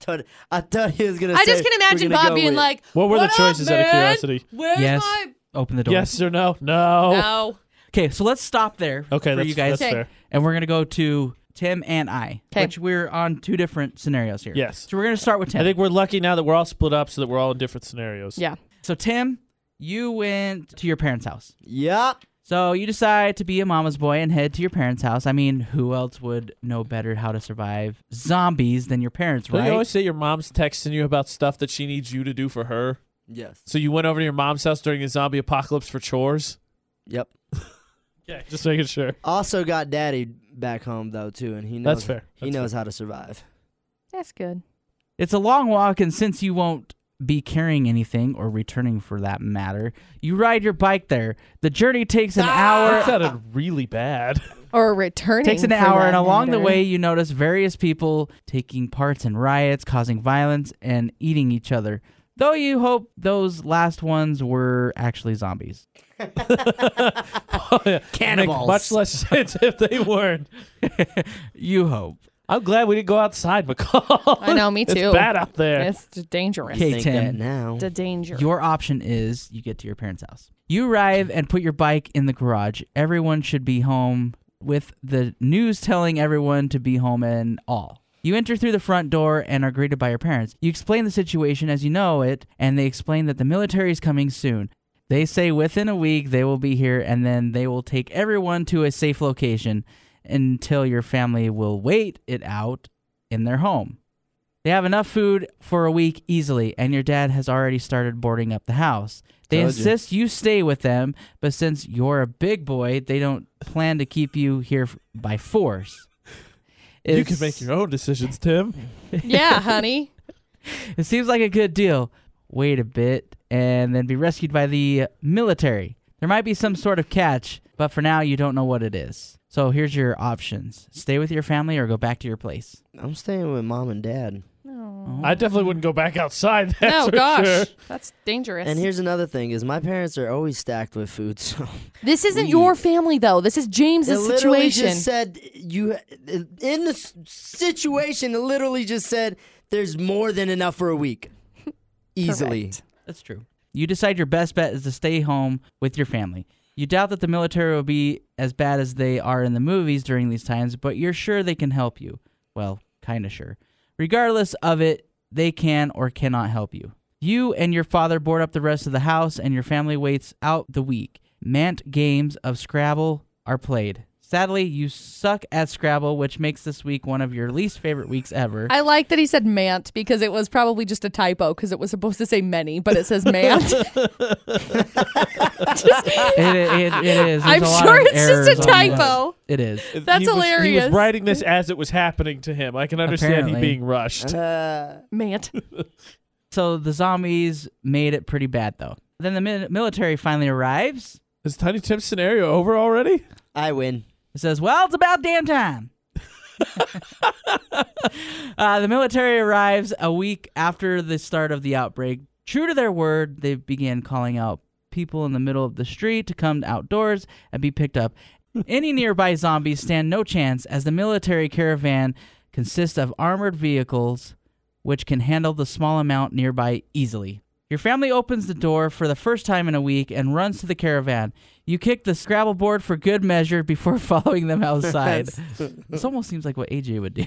S4: thought, I thought he was gonna.
S2: I
S4: say,
S2: just can
S4: we're
S2: imagine
S4: gonna
S2: Bob
S4: go
S2: being
S4: with-
S2: like,
S1: What were the
S2: up,
S1: choices out of
S2: man?
S1: curiosity?
S2: "Where's
S3: Yes.
S2: my
S3: Open the door.
S1: Yes or no? No.
S2: no?"
S3: Okay, so let's stop there.
S1: Okay,
S3: for
S1: that's,
S3: you guys.
S1: that's
S2: Okay.
S1: fair.
S3: and we're gonna go to Tim and I,
S2: 'Kay.
S3: which we're on two different scenarios here.
S1: Yes.
S3: So we're gonna start with Tim.
S1: I think we're lucky now that we're all split up so that we're all in different scenarios.
S2: Yeah.
S3: so Tim, you went to your parents' house.
S4: "Yup,
S3: So you decide to be a mama's boy and head to your parents' house. I mean, who else would know better how to survive zombies than your parents,
S1: Don't
S3: right?
S1: you always say your mom's texting you about stuff that she needs you to do for her?
S4: yes,
S1: So you went over to your mom's house during the zombie apocalypse for chores?
S4: yep."
S1: Yeah. Just making sure.
S4: Also got daddy back home though too, and he
S1: That's
S4: knows
S1: fair.
S4: he
S1: That's
S4: knows how to survive.
S2: That's good.
S3: It's a long walk, and since you won't be carrying anything or returning for that matter, you ride your bike there. The journey takes an hour.
S1: That sounded really bad.
S2: Or returning
S3: takes an
S2: for
S3: hour,
S2: that
S3: and along the
S2: matter.
S3: way, you notice various people taking parts in riots, causing violence, and eating each other. Though you hope those last ones were actually zombies.
S1: Make much less sense if they weren't.
S3: You hope.
S1: I'm glad we didn't go outside, McCall.
S2: I know, me
S1: It's
S2: too.
S1: bad out there.
S2: It's d- dangerous.
S3: Okay.
S4: Think
S3: Tim.
S4: that now.
S2: It's a danger.
S3: Your option is you get to your parents' house. You arrive and put your bike in the garage. Everyone should be home with the news telling everyone to be home and all. You enter through the front door and are greeted by your parents. You explain the situation as you know it, and they explain that the military is coming soon. They say within a week they will be here and then they will take everyone to a safe location until your family will wait it out in their home. They have enough food for a week easily, and your dad has already started boarding up the house. They
S4: Told you.
S3: insist you. stay with them, but since you're a big boy, they don't plan to keep you here f- by force.
S1: you can make your own decisions, Tim.
S2: yeah, honey.
S3: It seems like a good deal. Wait a bit, and then be rescued by the uh, military. There might be some sort of catch, but for now, you don't know what it is. So here's your options stay with your family or go back to your place.
S4: I'm staying with mom and dad.
S2: No,
S1: I definitely wouldn't go back outside. That's for
S2: gosh,
S1: sure.
S2: that's dangerous.
S4: And here's another thing: is my parents are always stacked with food, so
S2: this isn't
S4: we-
S2: your family though. This is James's
S4: it literally
S2: situation.
S4: just said you in the s- situation. It literally just said there's more than enough for a week, easily.
S2: Correct.
S3: That's true. You decide your best bet is to stay home with your family. You doubt that the military will be as bad as they are in the movies during these times, but you're sure they can help you. Well, kind of sure. Regardless of it, they can or cannot help you. You and your father board up the rest of the house, and your family waits out the week. Mant games of Scrabble are played. Sadly, you suck at Scrabble, which makes this week one of your least favorite weeks ever.
S2: I like that he said mant because it was probably just a typo because it was supposed to say many, but it says mant.
S3: it, it, it is. There's
S2: I'm
S3: a lot
S2: sure
S3: of
S2: it's just
S3: errors
S2: a
S3: on that.
S2: typo.
S3: It is.
S2: That's
S1: he was- he
S2: hilarious.
S1: was writing this as it was happening to him. I can understand he
S3: Apparently.
S1: being rushed.
S4: Uh,
S2: Mant.
S3: So the zombies made it pretty bad, though. Then the mi- military finally arrives.
S1: Is Tiny Tim's scenario over already?
S4: I win.
S3: It says, "Well, it's about damn time." uh, the military arrives a week after the start of the outbreak. True to their word, they began calling out people in the middle of the street to come outdoors and be picked up. Any nearby zombies stand no chance, as the military caravan consists of armored vehicles which can handle the small amount nearby easily. Your family opens the door for the first time in a week and runs to the caravan. You kick the Scrabble board for good measure before following them outside. this almost seems like what AJ would do.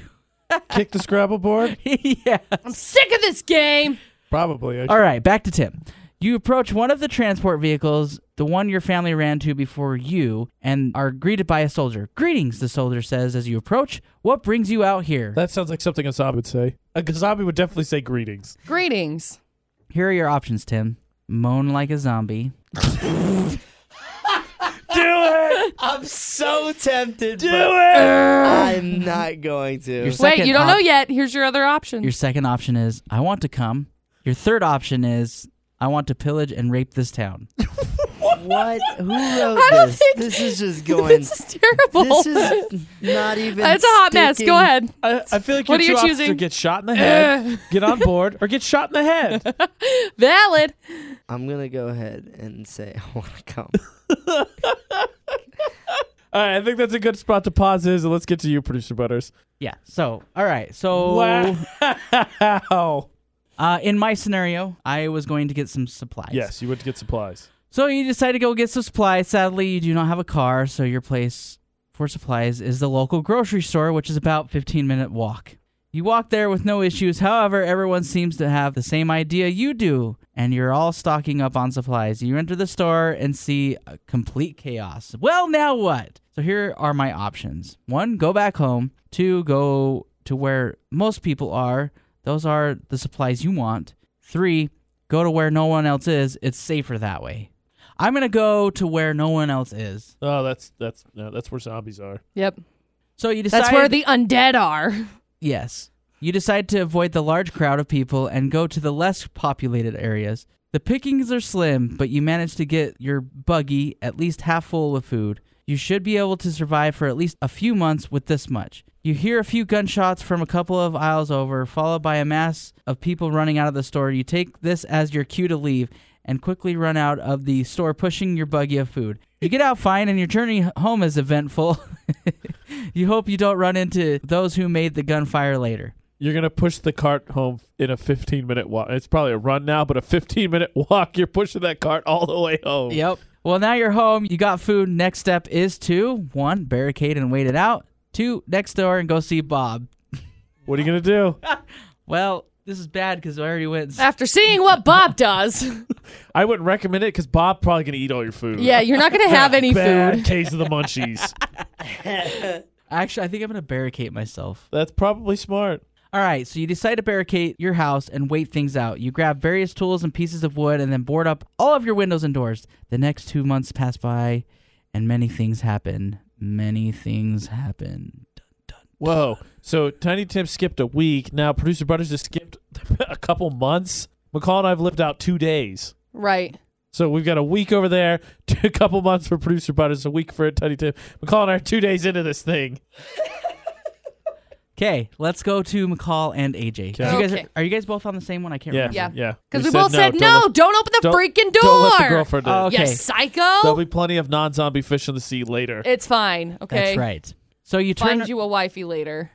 S1: Kick the Scrabble board?
S3: yeah.
S2: I'm sick of this game.
S1: Probably.
S3: All right, back to Tim. You approach one of the transport vehicles, the one your family ran to before you, and are greeted by a soldier. Greetings, the soldier says as you approach. What brings you out here?
S1: That sounds like something a zombie would say. A zombie would definitely say greetings.
S2: Greetings.
S3: Here are your options, Tim. Moan like a zombie.
S1: Do it!
S4: I'm so tempted.
S1: Do
S4: but
S1: it!
S4: I'm not going to.
S3: You're Second
S2: Wait, you don't
S3: op-
S2: know yet. Here's your other option.
S3: Your second option is, I want to come. Your third option is, I want to pillage and rape this town.
S4: What? Who wrote
S2: I don't
S4: this?
S2: think-
S4: This is just going.
S2: this is terrible.
S4: this is not even.
S2: it's a hot mess.
S4: sticking-
S2: Go ahead.
S1: I, I feel like
S2: What
S1: your
S2: are you
S1: two options
S2: choosing?
S1: are Get shot in the head,
S2: Ugh.
S1: get on board, or get shot in the head.
S2: Valid.
S4: I'm gonna go ahead and say I want to come.
S1: All right, I think that's a good spot to pause is, and let's get to you, producer Butters.
S3: Yeah. So, all right. So,
S1: Wow.
S3: uh, in my scenario, I was going to get some supplies.
S1: Yes, you went to get supplies.
S3: So you decide to go get some supplies. Sadly, you do not have a car, so your place for supplies is the local grocery store, which is about 15 minute walk. You walk there with no issues. However, everyone seems to have the same idea you do, and you're all stocking up on supplies. You enter the store and see a complete chaos. Well, now what? So here are my options. 1, go back home. 2, go to where most people are. Those are the supplies you want. 3, go to where no one else is. It's safer that way. I'm going to go to where no one else is.
S1: Oh, that's that's no, that's where zombies are.
S2: Yep.
S3: So you decide
S2: That's where the undead are.
S3: Yes. You decide to avoid the large crowd of people and go to the less populated areas. The pickings are slim, but you manage to get your buggy at least half full of food. You should be able to survive for at least a few months with this much. You hear a few gunshots from a couple of aisles over, followed by a mass of people running out of the store. You take this as your cue to leave and quickly run out of the store, pushing your buggy of food. You get out fine, and your journey home is eventful. You hope you don't run into those who made the gunfire later.
S1: You're gonna push the cart home in a 15 minute walk. It's probably a run now, but a 15 minute walk. You're pushing that cart all the way home.
S3: Yep. Well, now you're home. You got food. Next step is to one, barricade and wait it out. Two, next door and go see Bob.
S1: What are you gonna do?
S3: Well, this is bad because I already went.
S2: After seeing what Bob does,
S1: I wouldn't recommend it because Bob probably gonna eat all your food.
S2: yeah, you're not going to have any
S1: Bad
S2: food.
S1: case of the munchies.
S3: Actually, I think I'm gonna barricade myself.
S1: that's probably smart.
S3: All right, so you decide to barricade your house and wait things out. You grab various tools and pieces of wood and then board up all of your windows and doors. The next two months pass by and many things happen. Many things happen.
S1: Whoa. So Tiny Tim skipped a week. Now producer Butters has skipped a couple months. McCall and I've lived out two days.
S2: Right.
S1: So we've got a week over there, a couple months for producer Butters, a week for Tiny Tim. McCall and I are two days into this thing.
S3: Okay, let's go to McCall and AJ.
S1: 'Kay.
S3: You guys
S2: Okay.
S3: are, are you guys both on the same one? I can't
S1: Yeah.
S3: remember.
S2: Yeah.
S1: Yeah.
S2: Because we, both said, no,
S1: let-
S2: don't open the
S1: don't-
S2: freaking door.
S1: Don't let the girlfriend in.
S3: Oh,
S2: You
S3: Okay.
S1: There'll
S2: psycho.
S1: be plenty of non-zombie fish in the sea later.
S2: it's fine. Okay.
S3: That's right. So you turn
S2: Find
S3: you-,
S2: you a wifey later.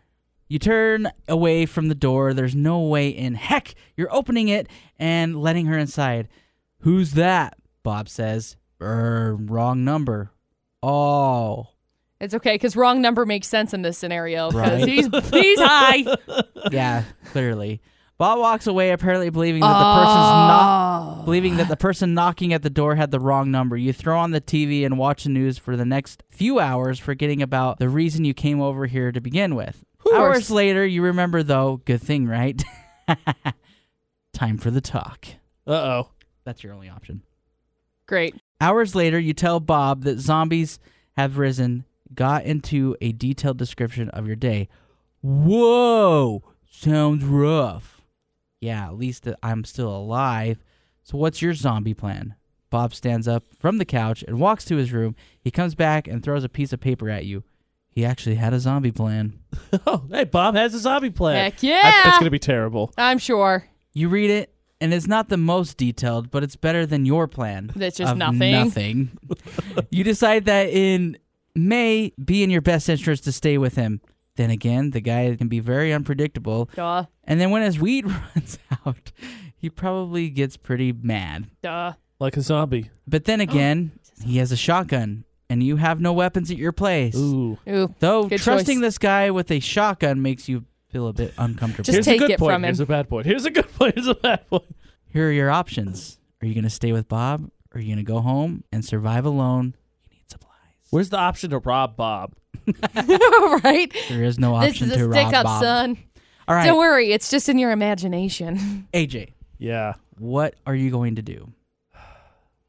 S3: turn away from the door. There's no way in heck you're opening it and letting her inside. Who's that? Bob says. "Er, wrong number. Oh.
S2: It's okay because wrong number makes sense in this scenario because
S3: Right.
S2: he's he's high.
S3: Yeah, clearly. Bob walks away apparently believing that the person's not
S2: Oh.
S3: believing that the person knocking at the door had the wrong number. You throw on the TV and watch the news for the next few hours, forgetting about the reason you came over here to begin with. Hours later, you remember though, good thing, right? Time for the talk.
S1: Uh oh.
S3: That's your only option.
S2: Great.
S3: Hours later, you tell Bob that zombies have risen, got into a detailed description of your day. Whoa, sounds rough. Yeah, at least that I'm still alive. So, what's your zombie plan? Bob stands up from the couch and walks to his room. He comes back and throws a piece of paper at you. He actually had a zombie plan.
S1: Oh, hey, Bob has a zombie plan.
S2: Heck
S1: I-
S2: yeah.
S1: that's gonna be terrible.
S2: I'm sure.
S3: You read it, and it's not the most detailed, but it's better than your plan.
S2: That's just
S3: of
S2: nothing.
S3: Nothing. you decide that in May be in your best interest to stay with him. Then again, the guy can be very unpredictable,
S2: Duh.
S3: and then when his weed runs out, he probably gets pretty mad.
S2: Duh.
S1: Like a zombie.
S3: But
S2: Oh.
S3: then again, he has a shotgun, and you have no weapons at your place.
S1: Ooh.
S2: Ooh.
S3: Though
S2: Good
S3: trusting
S2: choice.
S3: this guy with a shotgun makes you feel a bit uncomfortable.
S2: Just
S1: Here's
S2: take
S1: a good
S2: it
S1: point.
S2: from him.
S1: Here's a bad point. Here's a good point. Here's a bad point.
S3: here are your options. Are you going to stay with Bob? Or are you going to go home and survive alone? You need supplies.
S1: Where's the option to rob Bob?
S2: right?
S3: There is no
S2: This
S3: option
S2: is a
S3: to
S2: stick
S3: rob
S2: up,
S3: Bob.
S2: son.
S3: All right,
S2: Don't worry. It's just in your imagination.
S3: AJ,
S1: Yeah.
S3: what are you going to do?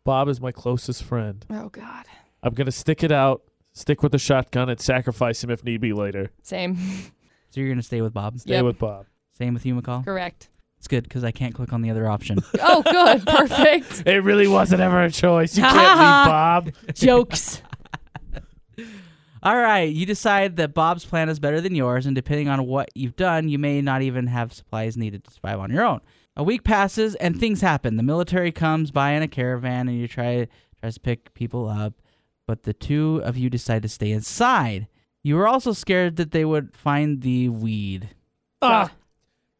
S1: Bob is my closest friend.
S2: Oh, God.
S1: I'm gonna stick it out, stick with the shotgun, and sacrifice him if need be later.
S2: Same.
S3: So you're going to stay with Bob.
S1: Stay
S2: Yep.
S1: with Bob.
S3: Same with you, McCall.
S2: Correct.
S3: It's good because I can't click on the other option.
S2: Oh, good. Perfect.
S1: It really wasn't ever a choice. You can't
S2: Ha ha.
S1: leave Bob.
S2: Jokes.
S3: All right, you decide that Bob's plan is better than yours, and depending on what you've done, you may not even have supplies needed to survive on your own. A week passes, and things happen. The military comes by in a caravan, and you try tries to pick people up, but the two of you decide to stay inside. You were also scared that they would find the weed.
S1: Ah,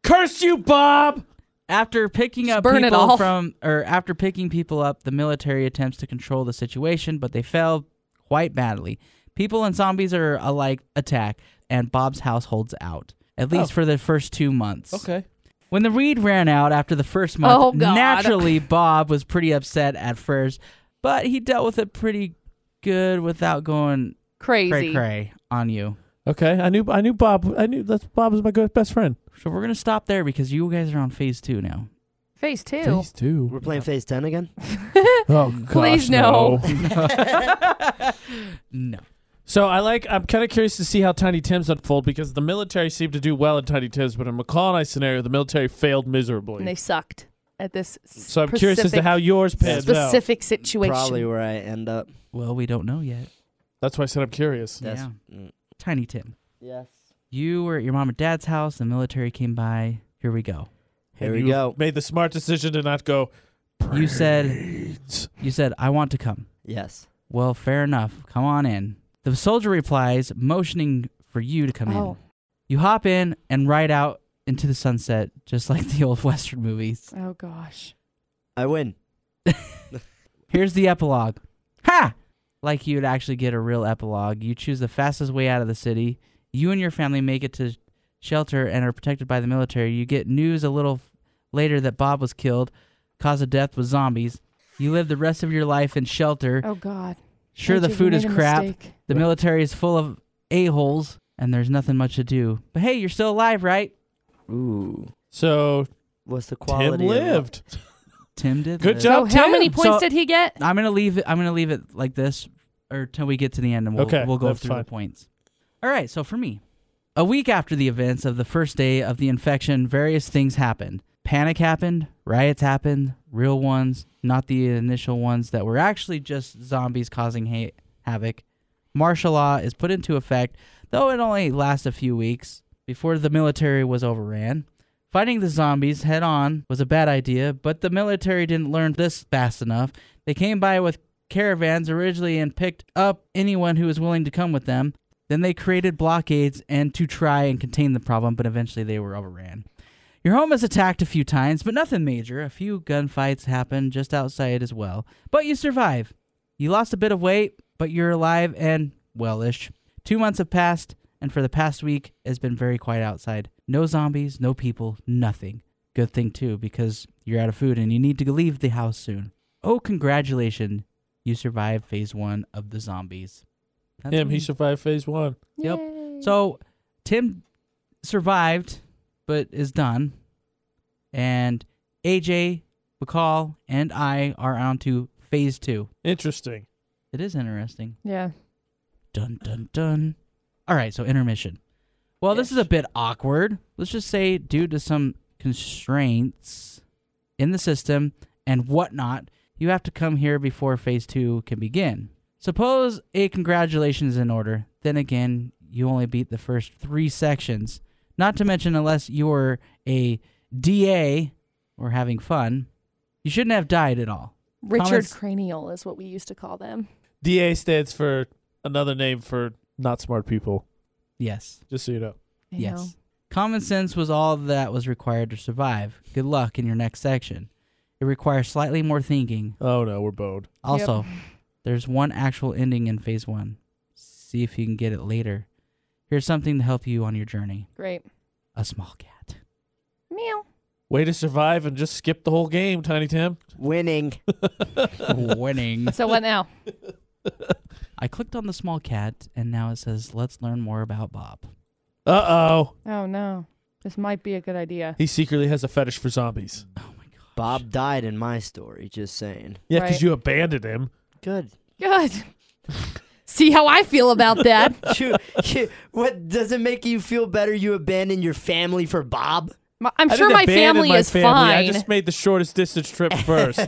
S1: curse you, Bob.
S3: After picking
S2: Just
S3: up
S2: burn it
S3: people
S2: all.
S3: from or after picking people up, the military attempts to control the situation, but they fail quite badly. People and zombies are alike attack, and Bob's house holds out. At least
S1: Oh.
S3: for the first two months.
S1: Okay.
S3: When the weed ran out after the first month,
S2: Oh, God.
S3: naturally Bob was pretty upset at first, but he dealt with it pretty good without going
S2: Crazy.
S3: cray cray on you.
S1: Okay. I knew. I knew Bob. I knew that's Bob was my good best friend.
S3: So we're gonna stop there because you guys are on phase two now.
S2: Phase two.
S1: Please do.
S4: We're playing phase 10 again?
S1: Oh gosh,
S2: Please no.
S3: No.
S1: So I like. I'm kind of curious to see how Tiny Tim's unfold because the military seemed to do well in Tiny Tim's, but in McCall and I scenario, the military failed miserably.
S2: And they sucked at this.
S1: so I'm curious as to how yours pans out.
S2: specific situation.
S4: Probably where I end up.
S3: Well, we don't know yet.
S1: That's why I said I'm curious.
S4: That's,
S3: Yeah.
S4: mm,
S3: Tiny Tim.
S4: Yes.
S3: You were at your mom and dad's house. The military came by. Here we go.
S4: Here
S1: And
S4: we
S1: you
S4: go.
S1: Made the smart decision to not go.
S3: You said,
S1: "Brains."
S3: you said, I want to come.
S4: Yes.
S3: Well, fair enough. Come on in. The soldier replies, motioning for you to come in.
S2: Oh,
S3: You hop in and ride out into the sunset, just like the old Western movies.
S2: oh gosh.
S4: I win.
S3: Here's the epilogue. Ha! Like you would actually get a real epilogue. You choose the fastest way out of the city. You and your family make it to shelter and are protected by the military. You get news a little f- later that Bob was killed. Cause of death was zombies. You live the rest of your life in shelter.
S2: Oh God.
S3: Sure, the
S2: Angie, you
S3: food is
S2: made a
S3: crap.
S2: mistake.
S3: The military is full of a-holes, and there's nothing much to do. But hey, you're still alive, right?
S4: Ooh.
S1: So
S4: What's the
S1: Tim
S4: quality? of-
S1: lived.
S3: Tim did.
S1: Good
S3: this.
S1: job.
S2: So how
S1: Tim.
S2: many points
S3: So-
S2: did he get?
S3: I'm gonna leave. It, I'm gonna leave it like this, or till we get to the end, and we'll
S1: Okay,
S3: we'll go
S1: that's
S3: through
S1: fine.
S3: the points. All right. So for me, a week after the events of the first day of the infection, various things happened. Panic happened. Riots happened. Real ones, not the initial ones that were actually just zombies causing ha- havoc. Martial law is put into effect, though it only lasts a few weeks before the military was overran. Fighting the zombies head on was a bad idea, but the military didn't learn this fast enough. They came by with caravans originally and picked up anyone who was willing to come with them. Then they created blockades and to try and contain the problem, but eventually they were overran. Your home is attacked a few times, but nothing major. A few gunfights happen just outside as well, but you survive. You lost a bit of weight, but you're alive and wellish. Two months have passed, and for the past week, it's been very quiet outside. No zombies, no people, nothing. Good thing too, because you're out of food and you need to leave the house soon. Oh, congratulations! You survived phase one of the zombies. That's
S1: Him, he
S3: me.
S1: survived phase one.
S3: Yep. So Tim survived, but is done. And AJ, McCall, and I are on to phase two.
S1: Interesting.
S3: It is interesting.
S2: Yeah.
S3: Dun dun dun. All right, so intermission. Well, this is a bit awkward. Let's just say due to some constraints in the system and whatnot, you have to come here before phase two can begin. Suppose a congratulations in order. Then again, you only beat the first three sections. Not to mention, unless you were a DA or having fun, you shouldn't have died at all.
S2: Richard
S3: Thomas-
S2: Cranial is what we used to call them.
S1: DA stands for another name for not smart people.
S3: Yes.
S1: Just so you know.
S2: I
S3: Yes.
S2: know.
S3: Common sense was all that was required to survive. Good luck in your next section. It requires slightly more thinking.
S1: Oh no, we're bowed.
S3: Also, there's one actual ending in phase one. See if you can get it later. Here's something to help you on your journey
S2: Great.
S3: a small cat.
S2: Meow.
S1: Way to survive and just skip the whole game, Tiny Tim.
S4: Winning.
S3: Warning.
S2: So what now?
S3: I clicked on the small cat, and now it says, Let's learn more about Bob.
S1: Uh oh.
S2: Oh no. This might be a good idea.
S1: He secretly has a fetish for zombies.
S3: Oh my God.
S4: Bob died in my story, just saying.
S1: Yeah, because
S2: Right.
S1: you abandoned him.
S4: Good.
S2: Good. See how I feel about that.
S4: you, you- what does it make you feel better you abandon your family for Bob?
S2: My, I'm
S1: I
S2: sure
S1: didn't
S2: my
S1: abandon
S2: family
S1: my
S2: is
S1: I
S2: fine.
S1: just made the shortest distance trip first.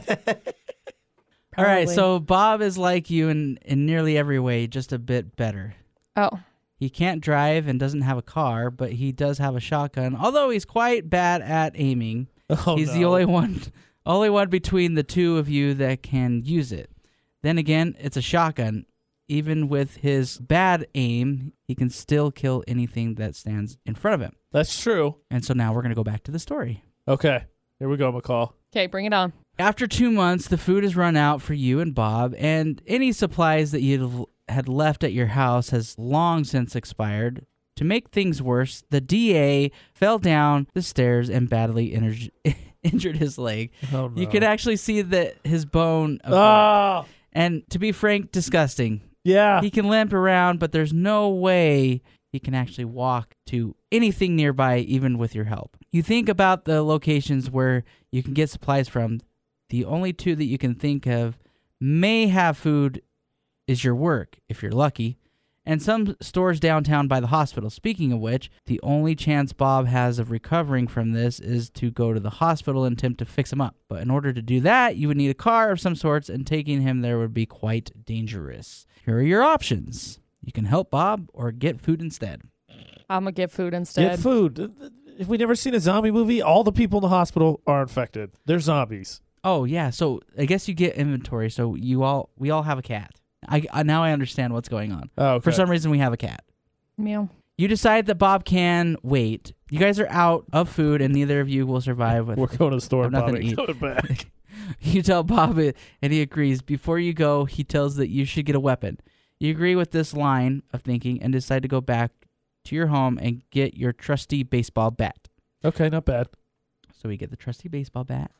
S3: All right,
S2: Probably.
S3: so Bob is like you in, in nearly every way, just a bit better.
S2: Oh,
S3: He can't drive and doesn't have a car, but he does have a shotgun. Although he's quite bad at aiming,
S1: oh,
S3: he's the
S1: no.
S3: only one, only one between the two of you that can use it. Then again, it's a shotgun. Even with his bad aim, he can still kill anything that stands in front of him.
S1: That's true.
S3: And so now we're gonna go back to the story.
S1: Okay, here we go, McCall.
S2: okay. Bring it on.
S3: After two months, the food has run out for you and Bob, and any supplies that you had left at your house has long since expired. To make things worse, the DA fell down the stairs and badly injured, injured his leg.
S1: Oh no.
S3: You could actually see that his bone,
S1: Oh
S3: and to be frank, disgusting.
S1: yeah.
S3: He can limp around, but there's no way he can actually walk to anything nearby, even with your help. You think about the locations where you can get supplies from. The only two that you can think of may have food is your work, if you're lucky, and some stores downtown by the hospital. Speaking of which, the only chance Bob has of recovering from this is to go to the hospital and attempt to fix him up. But in order to do that, you would need a car of some sorts, and taking him there would be quite dangerous. Here are your options you can help Bob or get food instead.
S2: I'm gonna get food instead.
S1: Get food. Have we never seen a zombie movie? All the people in the hospital are infected. They're zombies.
S3: Oh yeah, so I guess you get inventory. So you all, we all have a cat. I, I now I understand what's going on.
S1: Oh,
S3: For some reason, we have a cat.
S2: Meow.
S3: You decide that Bob can wait. You guys are out of food, and neither of you will survive. With
S1: we're going to the store.
S3: Have nothing
S1: Bobby.
S3: to eat.
S1: Coming back.
S3: you tell Bob it, and he agrees. Before you go, he tells that you should get a weapon. You agree with this line of thinking and decide to go back to your home and get your trusty baseball bat.
S1: okay, not bad.
S3: So we get the trusty baseball bat,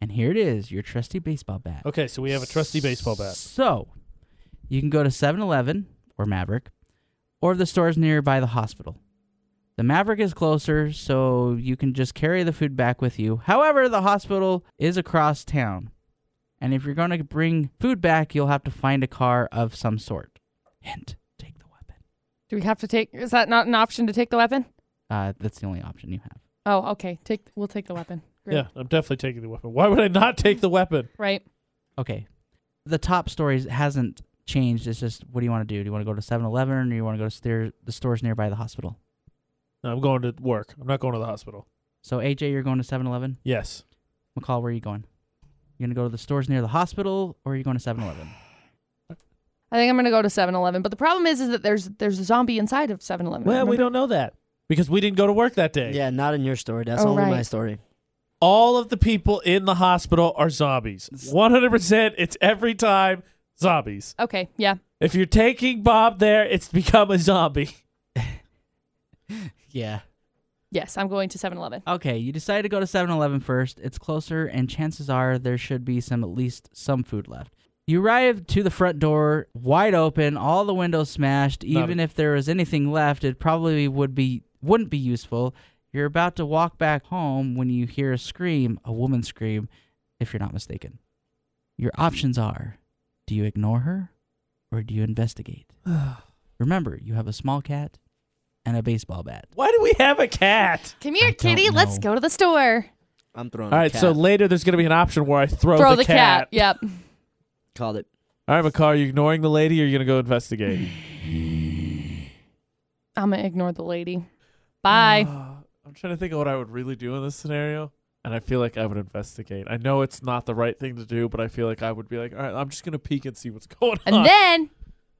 S3: and here it is, your trusty baseball bat.
S1: Okay, so we have a trusty baseball bat.
S3: So, you can go to 7 Eleven or Maverick or the stores nearby the hospital. The Maverick is closer, so you can just carry the food back with you. However, the hospital is across town. And if you're going to bring food back, you'll have to find a car of some sort. Hint, take the weapon.
S2: Do we have to take? Is that not an option to take the weapon?
S3: Uh, that's the only option you have.
S2: Oh, okay. Take. We'll take the weapon. Great.
S1: Yeah, I'm definitely taking the weapon. Why would I not take the weapon?
S2: Right.
S3: Okay. The top stories hasn't changed. It's just, what do you want to do? Do you want to go to 7 Eleven or do you want to go to steer- the stores nearby the hospital?
S1: No, I'm going to work. I'm not going to the hospital.
S3: So, AJ, you're going to 7 Eleven?
S1: Yes.
S3: McCall, where are you going? You gonna go to the stores near the hospital, or are you going to 7-Eleven?
S2: I think I'm gonna go to 7-Eleven. But the problem is, is that there's there's a zombie inside of 7-Eleven.
S1: Well, we
S2: remember?
S1: don't know that because we didn't go to work that day.
S4: Yeah, not in your story. That's
S2: Oh,
S4: only my
S2: right.
S4: story.
S1: All of the people in the hospital are zombies. 100%. It's every time zombies.
S2: Okay. Yeah.
S1: If you're taking Bob there, it's to become a zombie.
S3: Yeah.
S2: Yes, I'm going to 7 Eleven.
S3: Okay, you decide to go to 7 Eleven first. It's closer, and chances are there should be some at least some food left. You arrive to the front door, wide open, all the windows smashed. Even if there was anything left, it probably would be wouldn't be useful. You're about to walk back home when you hear a scream, a woman scream, if you're not mistaken. Your options are do you ignore her or do you investigate? Remember, you have a small cat and a baseball bat.
S1: Why do we have a cat?
S2: Come
S3: I
S2: here,
S3: don't
S2: kitty. Let's
S3: know.
S2: go to the store.
S4: I'm throwing.
S1: All right,
S4: cat.
S1: so later there's going to be an option where I throw,
S2: Throw the, cat. Yep.
S4: called it.
S1: All right, McCall, are you ignoring the lady or are you going to go investigate?
S2: I'm going to ignore the lady. Bye.
S1: Uh, I'm trying to think of what I would really do in this scenario, and I feel like I would investigate. I know it's not the right thing to do, but I feel like I would be like, all right, I'm just going to peek and see what's going on.
S2: and then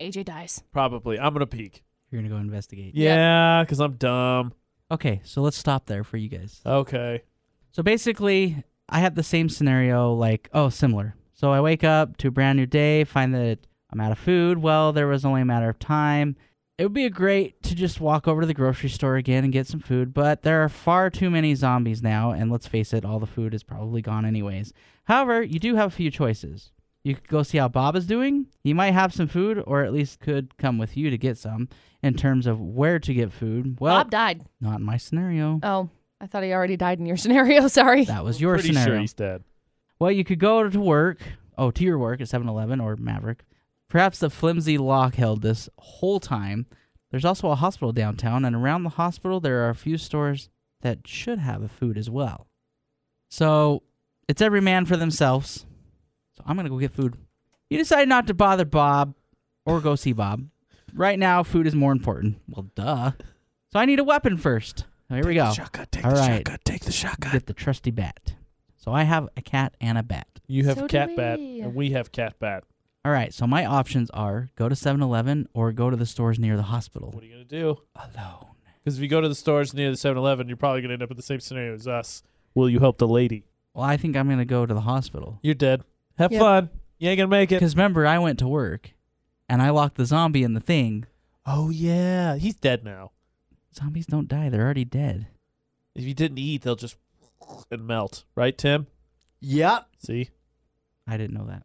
S2: AJ dies.
S1: Probably. I'm going to peek.
S3: You're going to go investigate.
S1: Yeah, because I'm dumb.
S3: Okay, so let's stop there for you guys.
S1: Oh. Okay.
S3: So basically, I had the same scenario, like, oh, similar. So I wake up to a brand new day, find that I'm out of food. Well, there was only a matter of time. It would be great to just walk over to the grocery store again and get some food, but there are far too many zombies now, and let's face it, all the food is probably gone anyways. However, you do have a few choices. You could go see how Bob is doing. He might have some food, or at least could come with you to get some. In terms of where to get food, well,
S2: Bob died.
S3: not in my scenario.
S2: Oh, I thought he already died in your scenario. Sorry.
S3: That was your
S1: Pretty
S3: scenario.
S1: sure he's dead.
S3: Well, you could go to work. Oh, to your work at 7 Eleven or Maverick. Perhaps the flimsy lock held this whole time. There's also a hospital downtown, and around the hospital, there are a few stores that should have a food as well. So it's every man for themselves. So I'm going to go get food. You decide not to bother Bob or go see Bob. Right now, food is more important. Well, duh. So I need a weapon first. So here we go.
S1: Shotgun, take
S3: All
S1: the
S3: right.
S1: shotgun, take the shotgun.
S3: Get the trusty bat. So I have a cat and a bat.
S1: You have
S2: So do
S1: cat bat,
S2: we.
S1: and we have cat bat.
S3: All right, so my options are go to 7-Eleven or go to the stores near the hospital
S1: What are you going to do?
S3: alone.
S1: Because if you go to the stores near the 7 Eleven, you're probably going to end up in the same scenario as us. Will you help the lady?
S3: Well, I think I'm going to go to the hospital.
S1: You're dead. Have
S2: Yep.
S1: fun. You ain't going to make it.
S3: Cuz remember I went to work and I locked the zombie in the thing.
S1: Oh, yeah. He's dead now.
S3: Zombies don't die, they're already dead.
S1: If you didn't eat, they'll just and melt. Right, Tim?
S4: Yep.
S1: See?
S3: I didn't know that.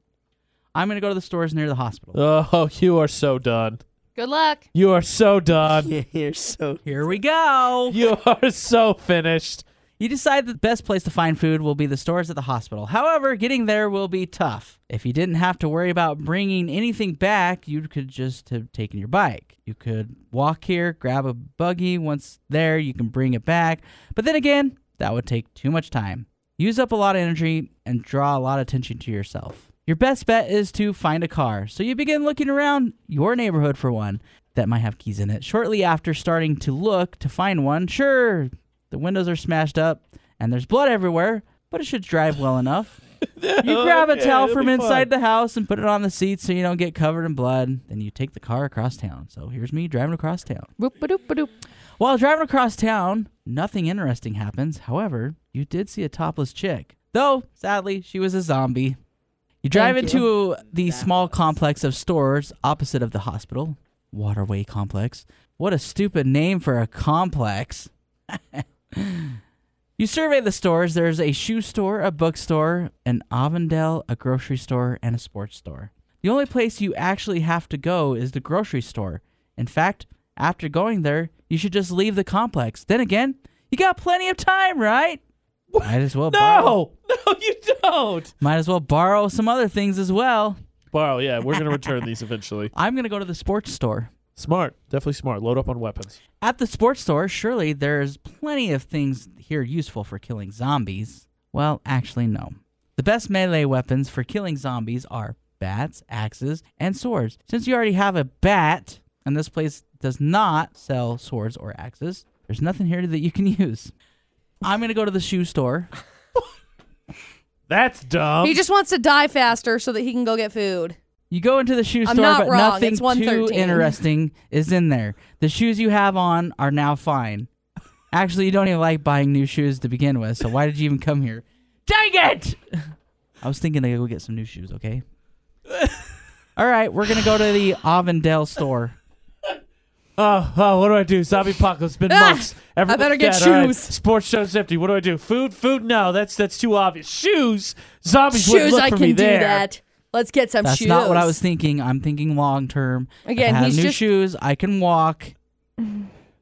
S3: I'm going to go to the stores near the hospital.
S1: Oh, you are so done.
S2: Good luck.
S1: You are so done.
S4: Yeah, you're so.
S3: Here we go.
S1: You are so finished.
S3: You decide the best place to find food will be the stores at the hospital. However, getting there will be tough. If you didn't have to worry about bringing anything back, you could just have taken your bike. You could walk here, grab a buggy. Once there, you can bring it back. But then again, that would take too much time. Use up a lot of energy and draw a lot of attention to yourself. Your best bet is to find a car. So you begin looking around your neighborhood for one that might have keys in it. Shortly after starting to look to find one, sure, the windows are smashed up and there's blood everywhere, but it should drive well enough. You grab a
S1: Okay,
S3: towel
S1: it'll
S3: from
S1: be fine.
S3: inside the house and put it on the seat so you don't get covered in blood. Then you take the car across town. So here's me driving across town.
S2: Boop, ba-doop, ba-doop.
S3: While driving across town, nothing interesting happens. However, you did see a topless chick. Though, sadly, she was a zombie. You drive
S2: Thank
S3: into the
S4: That
S3: small
S4: was-
S3: complex of stores opposite of the hospital, Waterway Complex. What a stupid name for a complex. you survey the stores. There's a shoe store, a bookstore, an Avondale, a grocery store, and a sports store. The only place you actually have to go is the grocery store. In fact, after going there, you should just leave the complex. Then again, you got plenty of time, right? Might as well borrow.
S1: No, no, you don't.
S3: Might as well borrow some other things as well.
S1: Borrow, yeah, we're going to return these eventually.
S3: I'm gonna go to the sports store.
S1: Smart. Definitely smart. Load up on weapons.
S3: At the sports store, surely there's plenty of things here useful for killing zombies. Well, actually, no. The best melee weapons for killing zombies are bats, axes, and swords. Since you already have a bat, and this place does not sell swords or axes, there's nothing here that you can use. I'm gonna go to the shoe store.
S1: That's dumb.
S2: he just wants to die faster so that he can go get food.
S3: You go into the shoe
S2: I'm
S3: store,
S2: not
S3: but
S2: wrong.
S3: nothing
S2: It's
S3: too
S2: 113.
S3: interesting is in there. The shoes you have on are now fine. Actually, you don't even like buying new shoes to begin with, so why did you even come here? Dang it! I was thinking to go get some new shoes, okay? All right, we're going to go to the Avondale store.
S1: oh, oh, what do I do? Zombie apocalypse. It's been
S2: Ah,
S1: months. Everyone's
S2: better get
S1: dead. All right.
S2: shoes.
S1: Sports show's empty. What do I do? Food? Food? No, that's that's too obvious. Shoes. Zombies wouldn't
S2: shoes,
S1: look
S2: I
S1: for
S2: can
S1: me
S2: do
S1: there.
S2: that. Let's get some
S3: That's
S2: shoes.
S3: not what I was thinking. I'm thinking long term.
S2: Again,
S3: I have
S2: he's
S3: new
S2: just-
S3: shoes. I can walk.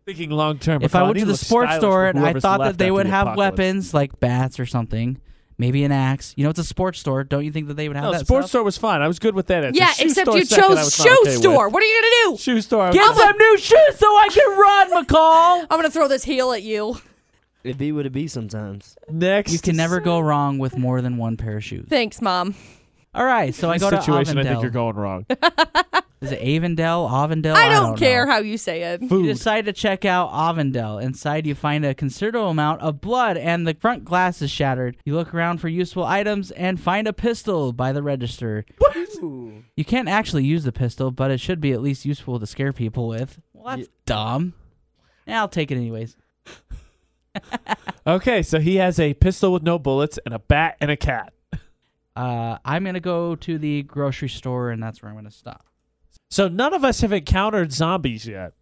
S1: Thinking long term.
S3: if I went to the sports store and I thought that they would
S1: weapons.
S3: have weapons like bats or something, maybe an axe. You know, it's a sports store. Don't you think that they would have
S1: No,
S3: that?
S1: sports
S3: stuff?
S1: store was fine. I was good with that. Answer.
S2: Yeah,
S1: Shoe
S2: except
S1: store
S2: you
S1: second, I
S2: chose
S1: was not
S2: shoe
S1: okay with.
S2: store. What are you gonna do?
S1: Shoe store. I was
S3: Get
S1: not-
S3: some new shoes so I can run, McCall.
S2: I'm gonna throw this heel at you.
S4: It be what it be sometimes.
S1: Next,
S3: You can never go wrong with more than one pair of shoes.
S2: Thanks, mom.
S3: All right, so I go to
S1: situation. I think
S3: Avondale.
S1: you're going wrong.
S3: Is it Avondale, Avondale?
S2: I
S3: I
S2: don't, care
S3: know.
S2: how you say it.
S3: You
S1: Food.
S3: decide to check out Avondale. Inside, you find a considerable amount of blood, and the front glass is shattered. You look around for useful items and find a pistol by the register. You can't actually use the pistol, but it should be at least useful to scare people with. Well, that's dumb. Yeah, I'll take it anyways.
S1: Okay, so he has a pistol with no bullets and a bat and a cat.
S3: Uh, I'm gonna go to the grocery store, and that's where I'm gonna stop.
S1: So none of us have encountered zombies yet.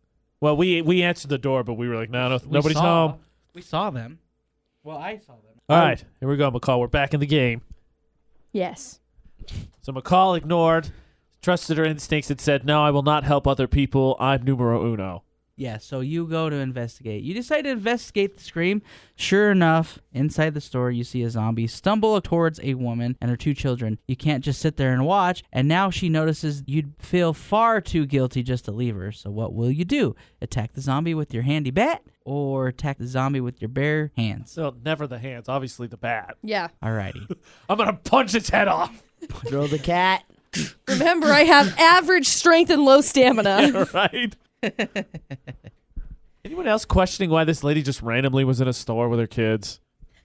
S1: Well, we we answered the door, but we were like, no, no
S3: We
S1: nobody's
S3: saw-
S1: home.
S3: We saw them. Well, I saw them.
S1: All right, here we go, McCall. We're back in the game.
S2: Yes.
S1: So McCall ignored, trusted her instincts, and said, "No, I will not help other people. I'm numero uno."
S3: Yeah, so you go to investigate. You decide to investigate the scream. Sure enough, inside the store, you see a zombie stumble towards a woman and her two children. You can't just sit there and watch, and now she notices you'd feel far too guilty just to leave her. So, what will you do? Attack the zombie with your handy bat or attack the zombie with your bare hands?
S1: So never the hands. Obviously the bat.
S2: Yeah.
S3: Alrighty.
S1: I'm gonna punch its head off.
S4: Throw the cat.
S2: Remember, I have average strength and low stamina.
S1: right? Anyone else questioning why this lady just randomly was in a store with her kids?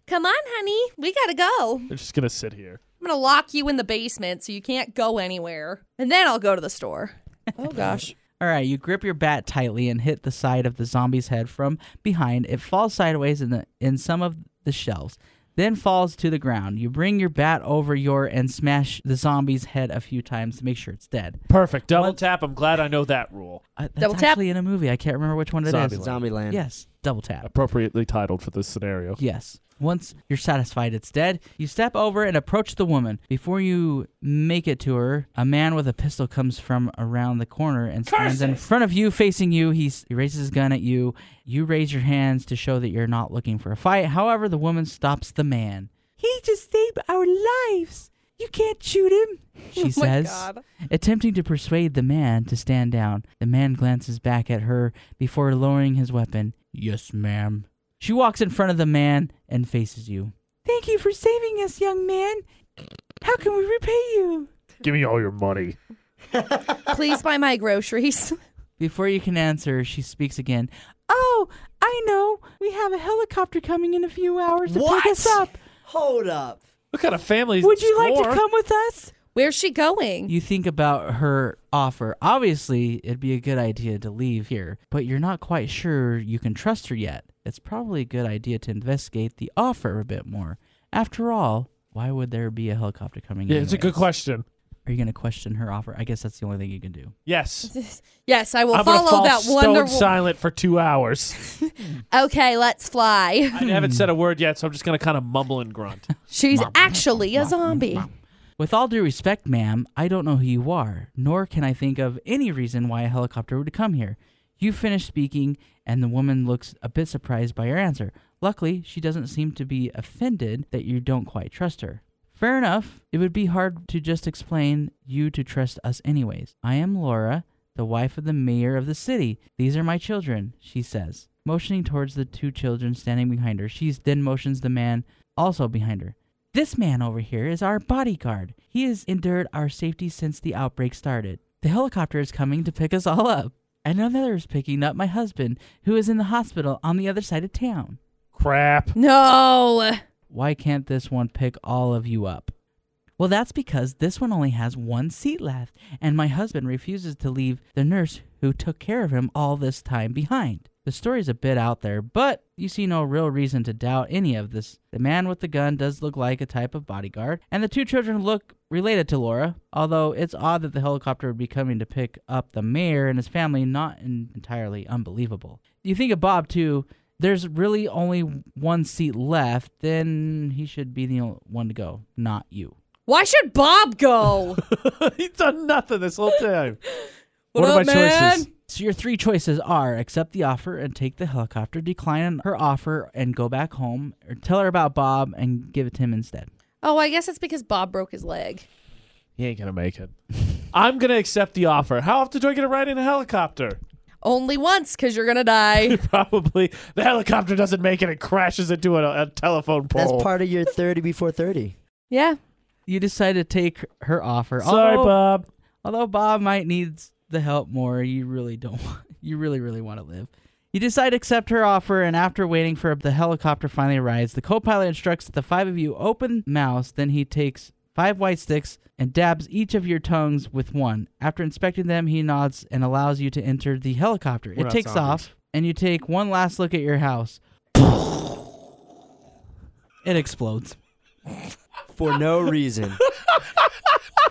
S2: Come on, honey. We gotta go.
S1: They're just gonna sit here.
S2: I'm gonna lock you in the basement so you can't go anywhere. And then I'll go to the store. Oh gosh.
S3: All right, you grip your bat tightly and hit the side of the zombie's head from behind. It falls sideways in the in some of the shelves, then falls to the ground. You bring your bat over your and smash the zombie's head a few times to make sure it's dead.
S1: Perfect. Double
S3: One-
S1: tap. I'm glad I know that rule.
S3: Uh, that's
S2: Double tap?
S3: actually in a movie. I can't remember which one it is.
S1: Zombieland.
S4: Zombieland.
S3: Yes, double tap.
S1: Appropriately titled for this scenario.
S3: Yes. Once you're satisfied it's dead, you step over and approach the woman. Before you make it to her, a man with a pistol comes from around the corner and stands in front of you, facing you. He's, he raises his gun at you. You raise your hands to show that you're not looking for a fight. However, the woman stops the man. He just saved our lives. You can't shoot him, Oh she
S2: Oh, my
S3: says.
S2: God.
S3: Attempting to persuade the man to stand down, the man glances back at her before lowering his weapon. Yes, ma'am. She walks in front of the man and faces you. Thank you for saving us, young man. How can we repay you?
S1: Give me all your money.
S2: Please buy my groceries.
S3: Before you can answer, she speaks again. Oh, I know. We have a helicopter coming in a few hours to
S4: What?
S3: pick us up.
S4: Hold up.
S1: What kind of family is
S3: Would
S1: this
S3: you like to
S1: for?
S3: come with us?
S2: Where's she going?
S3: You think about her offer. Obviously, it'd be a good idea to leave here, but you're not quite sure you can trust her yet. It's probably a good idea to investigate the offer a bit more. After all, why would there be a helicopter coming
S1: Yeah, it's a good
S3: anyways?
S1: question.
S3: Are you going to question her offer? I guess that's the only thing you can do.
S1: Yes.
S2: Yes, I will
S1: I'm gonna
S2: follow
S1: fall
S2: that
S1: stone
S2: wonderful.
S1: silent for two hours.
S2: Okay, let's fly.
S1: I haven't said a word yet, so I'm just gonna kind of mumble and grunt.
S2: She's actually a zombie.
S3: With all due respect, ma'am, I don't know who you are, nor can I think of any reason why a helicopter would come here. You finish speaking, and the woman looks a bit surprised by your answer. Luckily, she doesn't seem to be offended that you don't quite trust her. Fair enough. It would be hard to just explain you to trust us, anyways. I am Laura, the wife of the mayor of the city. These are my children, she says, motioning towards the two children standing behind her. She then motions the man also behind her. This man over here is our bodyguard. He has endured our safety since the outbreak started. The helicopter is coming to pick us all up. And another is picking up my husband, who is in the hospital on the other side of town.
S1: Crap.
S2: No.
S3: Why can't this one pick all of you up? Well, that's because this one only has one seat left, and my husband refuses to leave the nurse who took care of him all this time behind. The story's a bit out there, but you see no real reason to doubt any of this. The man with the gun does look like a type of bodyguard, and the two children look related to Laura, although it's odd that the helicopter would be coming to pick up the mayor and his family, not en- entirely unbelievable. You think of Bob, too. There's really only one seat left, then he should be the only one to go, not you.
S2: Why should Bob go?
S1: He's done nothing this whole time.
S2: What
S1: are
S2: up,
S1: my
S2: man?
S1: choices?
S3: So your three choices are accept the offer and take the helicopter, decline her offer and go back home, or tell her about Bob and give it to him instead.
S2: oh, I guess it's because Bob broke his leg.
S1: He ain't gonna make it. I'm gonna accept the offer. How often do I get a ride in a helicopter?
S2: Only once, because you're gonna die.
S1: Probably the helicopter doesn't make it. It crashes into a, a telephone pole.
S4: That's part of your 30 before 30.
S2: yeah.
S3: You decide to take her offer.
S1: Sorry,
S3: although,
S1: Bob.
S3: Although Bob might need the help more, you really don't. want- You really, really want to live. You decide to accept her offer, and after waiting for the helicopter finally arrives, the co-pilot instructs that the five of you open mouths. Then he takes five white sticks and dabs each of your tongues with one. After inspecting them, he nods and allows you to enter the helicopter.
S1: We're
S3: it
S1: not
S3: takes
S1: zombies.
S3: off, and you take one last look at your house. it explodes.
S4: For no reason.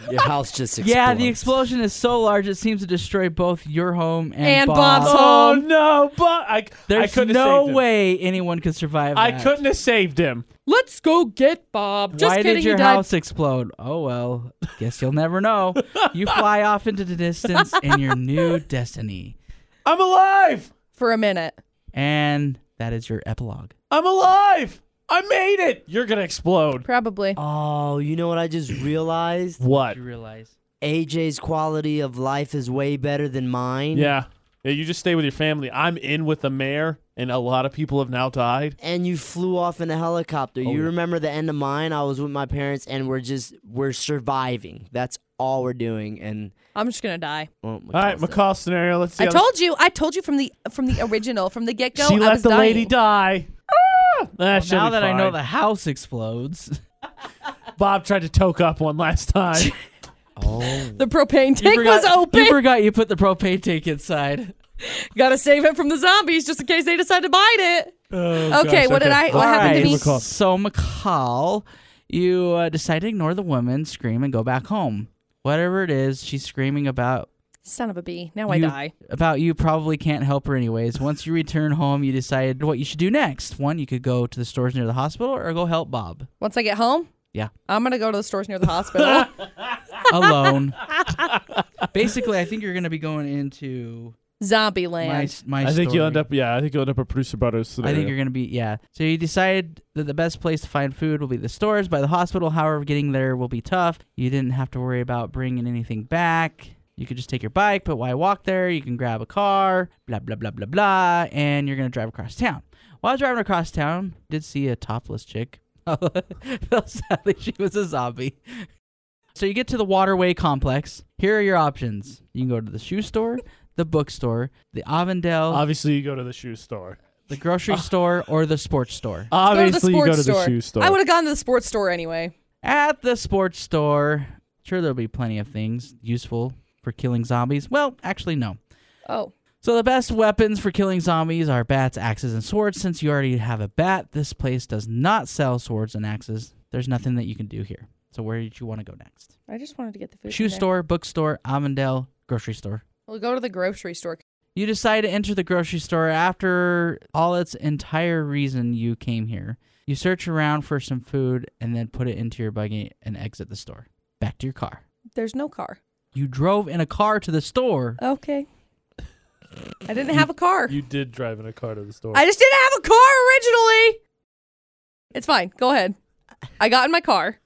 S4: your house just explodes.
S3: Yeah, the explosion is so large it seems to destroy both your home and,
S2: And
S3: Bob's.
S2: Bob's home.
S1: Oh
S2: Um,
S1: no, Bob! I, I
S3: There's
S1: couldn't have
S3: no
S1: saved him.
S3: way anyone could survive.
S1: I
S3: that.
S1: couldn't have saved him.
S2: Let's go get Bob. Just
S3: Why
S2: kidding.
S3: did your
S2: he died.
S3: house explode? Oh well, guess you'll never know. You fly off into the distance in your new destiny,
S1: I'm alive.
S2: for a minute.
S3: and that is your epilogue.
S1: I'm alive. I made it. You're gonna explode.
S2: Probably.
S4: Oh, you know what I just realized?
S1: What?
S3: realize?
S4: AJ's quality of life is way better than mine.
S1: Yeah. Yeah, you just stay with your family. I'm in with the mayor, and a lot of people have now died.
S4: And you flew off in a helicopter.
S1: Oh,
S4: You
S1: yeah.
S4: remember the end of mine? I was with my parents and we're just we're surviving. That's all we're doing. And
S2: I'm just gonna die.
S4: well,
S1: All right, McCall scenario. Let's see.
S2: I
S1: how-
S2: told you. I told you from the from the original, from the get go.
S1: she
S2: I
S1: let
S2: was
S1: the
S2: dying.
S1: lady die. Ah! Ah, she'll
S3: now
S1: be
S3: that I know
S1: fine.
S3: the house explodes,
S1: Bob tried to toke up one last time.
S4: Oh.
S2: The propane
S3: you
S2: tank
S3: forgot-
S2: was open.
S3: You forgot you put the propane tank inside.
S2: Gotta save it from the zombies just in case they decide to bite it.
S1: Oh,
S2: Okay, what did I- what
S1: All
S2: happened
S1: right.
S2: to me?
S1: McCall.
S3: So McCall, you uh, decide to ignore the woman, scream, and go back home. Whatever it is she's screaming about
S2: Son of a bee. Now I
S3: You-
S2: die.
S3: about you probably can't help her anyways. Once you return home, you decide what you should do next. One, you could go to the stores near the hospital or go help Bob
S2: Once I get home.
S3: Yeah.
S2: I'm gonna go to the stores near the hospital.
S3: alone. Basically, I think you're going to be going into
S2: Zombie
S3: my
S2: land.
S3: my
S1: I think you'll
S3: story.
S1: end up. Yeah, I think you'll end up a producer brothers.
S3: I
S1: Scenario.
S3: think you're going to be yeah. So you decide that the best place to find food will be the stores by the hospital. However, getting there will be tough. You didn't have to worry about bringing anything back. You could just take your bike, but why walk there? You can grab a car, blah blah blah blah blah, and you're going to drive across town. While driving across town, did see a topless chick. Sadly, she was a zombie. So you get to the waterway complex. Here are your options. You can go to the shoe store, the bookstore, the Avondale,
S1: Obviously, you go to the shoe store.
S3: the grocery store or the sports store.
S1: Obviously, you
S2: go
S1: go to
S2: to the sports
S1: the
S2: store.
S1: shoe store.
S2: I would have gone to the sports store anyway.
S3: At the sports store, sure there'll be plenty of things useful for killing zombies. Well, actually no.
S2: Oh.
S3: So the best weapons for killing zombies are bats, axes, and swords. Since you already have a bat, this place does not sell swords and axes. There's nothing that you can do here. So where did you want to go next?
S2: I just wanted to get the food.
S3: Shoe
S2: from there.
S3: store, bookstore, Avondale, grocery store.
S2: We'll go to the grocery store.
S3: You decide to enter the grocery store after all its entire reason you came here. You search around for some food and then put it into your buggy and exit the store. Back to your car.
S2: There's no car.
S3: You drove in a car to the store.
S2: Okay. I didn't have a car.
S1: You did drive in a car to the store.
S2: I just didn't have a car originally. It's fine. Go ahead. I got in my car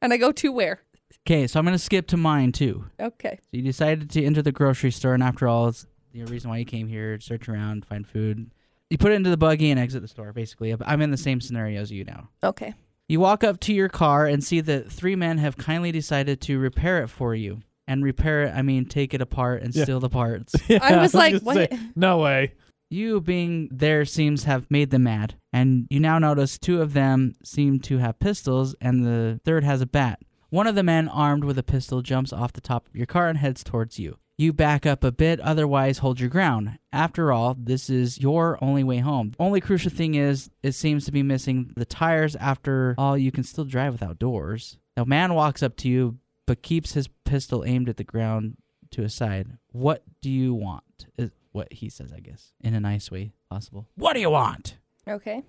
S2: and I go to where?
S3: Okay, so I'm going to skip to mine too.
S2: Okay.
S3: So you decided to enter the grocery store, and after all, it's the reason why you came here search around, find food. You put it into the buggy and exit the store, basically. I'm in the same scenario as you now.
S2: Okay.
S3: You walk up to your car and see that three men have kindly decided to repair it for you. And repair it, I mean, take it apart and
S1: Yeah.
S3: steal the parts.
S1: Yeah,
S2: I was like,
S1: gonna
S2: what?
S1: say, no way.
S3: you being there seems have made them mad. And you now notice two of them seem to have pistols and the third has a bat. One of the men armed with a pistol jumps off the top of your car and heads towards you. You back up a bit, otherwise hold your ground. After all, this is your only way home. Only crucial thing is it seems to be missing the tires. After all, you can still drive without doors. The man walks up to you, but keeps his pistol aimed at the ground to his side. What do you want? Is what he says, I guess, in a nice way possible. What do you want?
S2: Okay.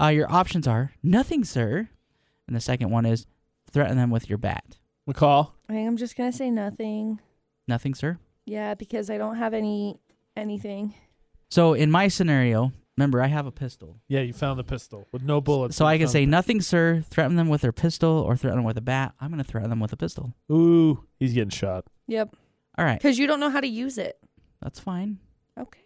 S3: Uh, your options are nothing, sir. And the second one is threaten them with your bat.
S1: McCall.
S2: I think I'm just gonna say nothing.
S3: Nothing, sir.
S2: Yeah, because I don't have any anything.
S3: So in my scenario, remember, I have a pistol.
S1: Yeah, you found the pistol with no bullets.
S3: So I can
S1: Found-
S3: say nothing, sir, threaten them with their pistol, or threaten them with a bat. I'm going to threaten them with a pistol.
S1: Ooh, he's getting shot.
S2: Yep.
S3: All right,
S2: Because you don't know how to use it.
S3: that's fine.
S2: Okay.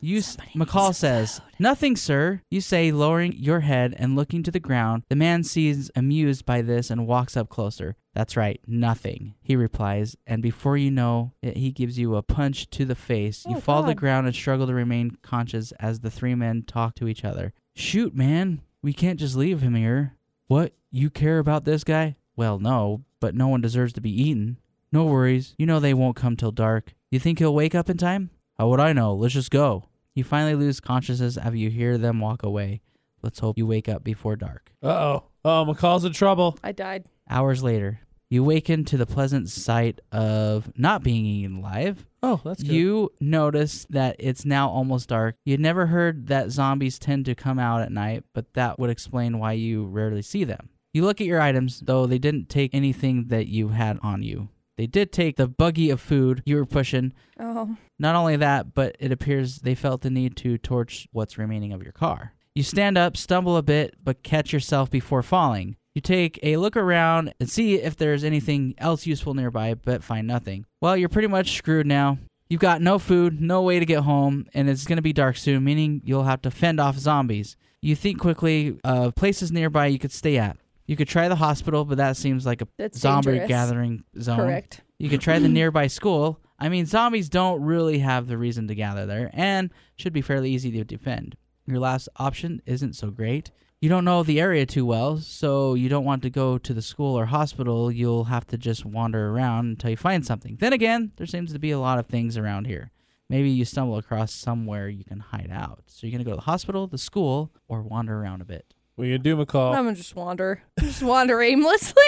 S3: You, s-
S2: Somebody needs
S3: McCall
S2: a
S3: says,
S2: phone.
S3: nothing, sir. You say, lowering your head and looking to the ground. The man seems amused by this and walks up closer. That's right, nothing, he replies. And before you know it, he gives you a punch to the face. you
S2: Oh,
S3: fall to the
S2: God.
S3: ground and struggle to remain conscious as the three men talk to each other. Shoot, man, we can't just leave him here. What? You care about this guy? Well, no, but no one deserves to be eaten. No worries. You know they won't come till dark. You think he'll wake up in time? How would I know? Let's just go. You finally lose consciousness after you hear them walk away. Let's hope you wake up before dark.
S1: Uh oh. Oh, McCall's in trouble.
S2: I died.
S3: Hours later, you waken to the pleasant sight of not being eaten alive.
S1: Oh, that's good.
S3: You notice that it's now almost dark. You'd never heard that zombies tend to come out at night, but that would explain why you rarely see them. You look at your items, though they didn't take anything that you had on you. They did take the buggy of food you were pushing.
S2: Oh.
S3: Not only that, but it appears they felt the need to torch what's remaining of your car. You stand up, stumble a bit, but catch yourself before falling. You take a look around and see if there's anything else useful nearby, but find nothing. Well, you're pretty much screwed now. You've got no food, no way to get home, and it's going to be dark soon, meaning you'll have to fend off zombies. You think quickly of places nearby you could stay at. You could try the hospital, but that seems like a
S2: That's
S3: zombie
S2: dangerous.
S3: gathering zone.
S2: Correct.
S3: You could try the nearby school. I mean, zombies don't really have the reason to gather there and should be fairly easy to defend. Your last option isn't so great. You don't know the area too well, so you don't want to go to the school or hospital. You'll have to just wander around until you find something. Then again, there seems to be a lot of things around here. Maybe you stumble across somewhere you can hide out. So you're going to go to the hospital, the school, or wander around a bit.
S1: what you gonna do, McCall?
S2: I'm gonna just wander. Just wander aimlessly.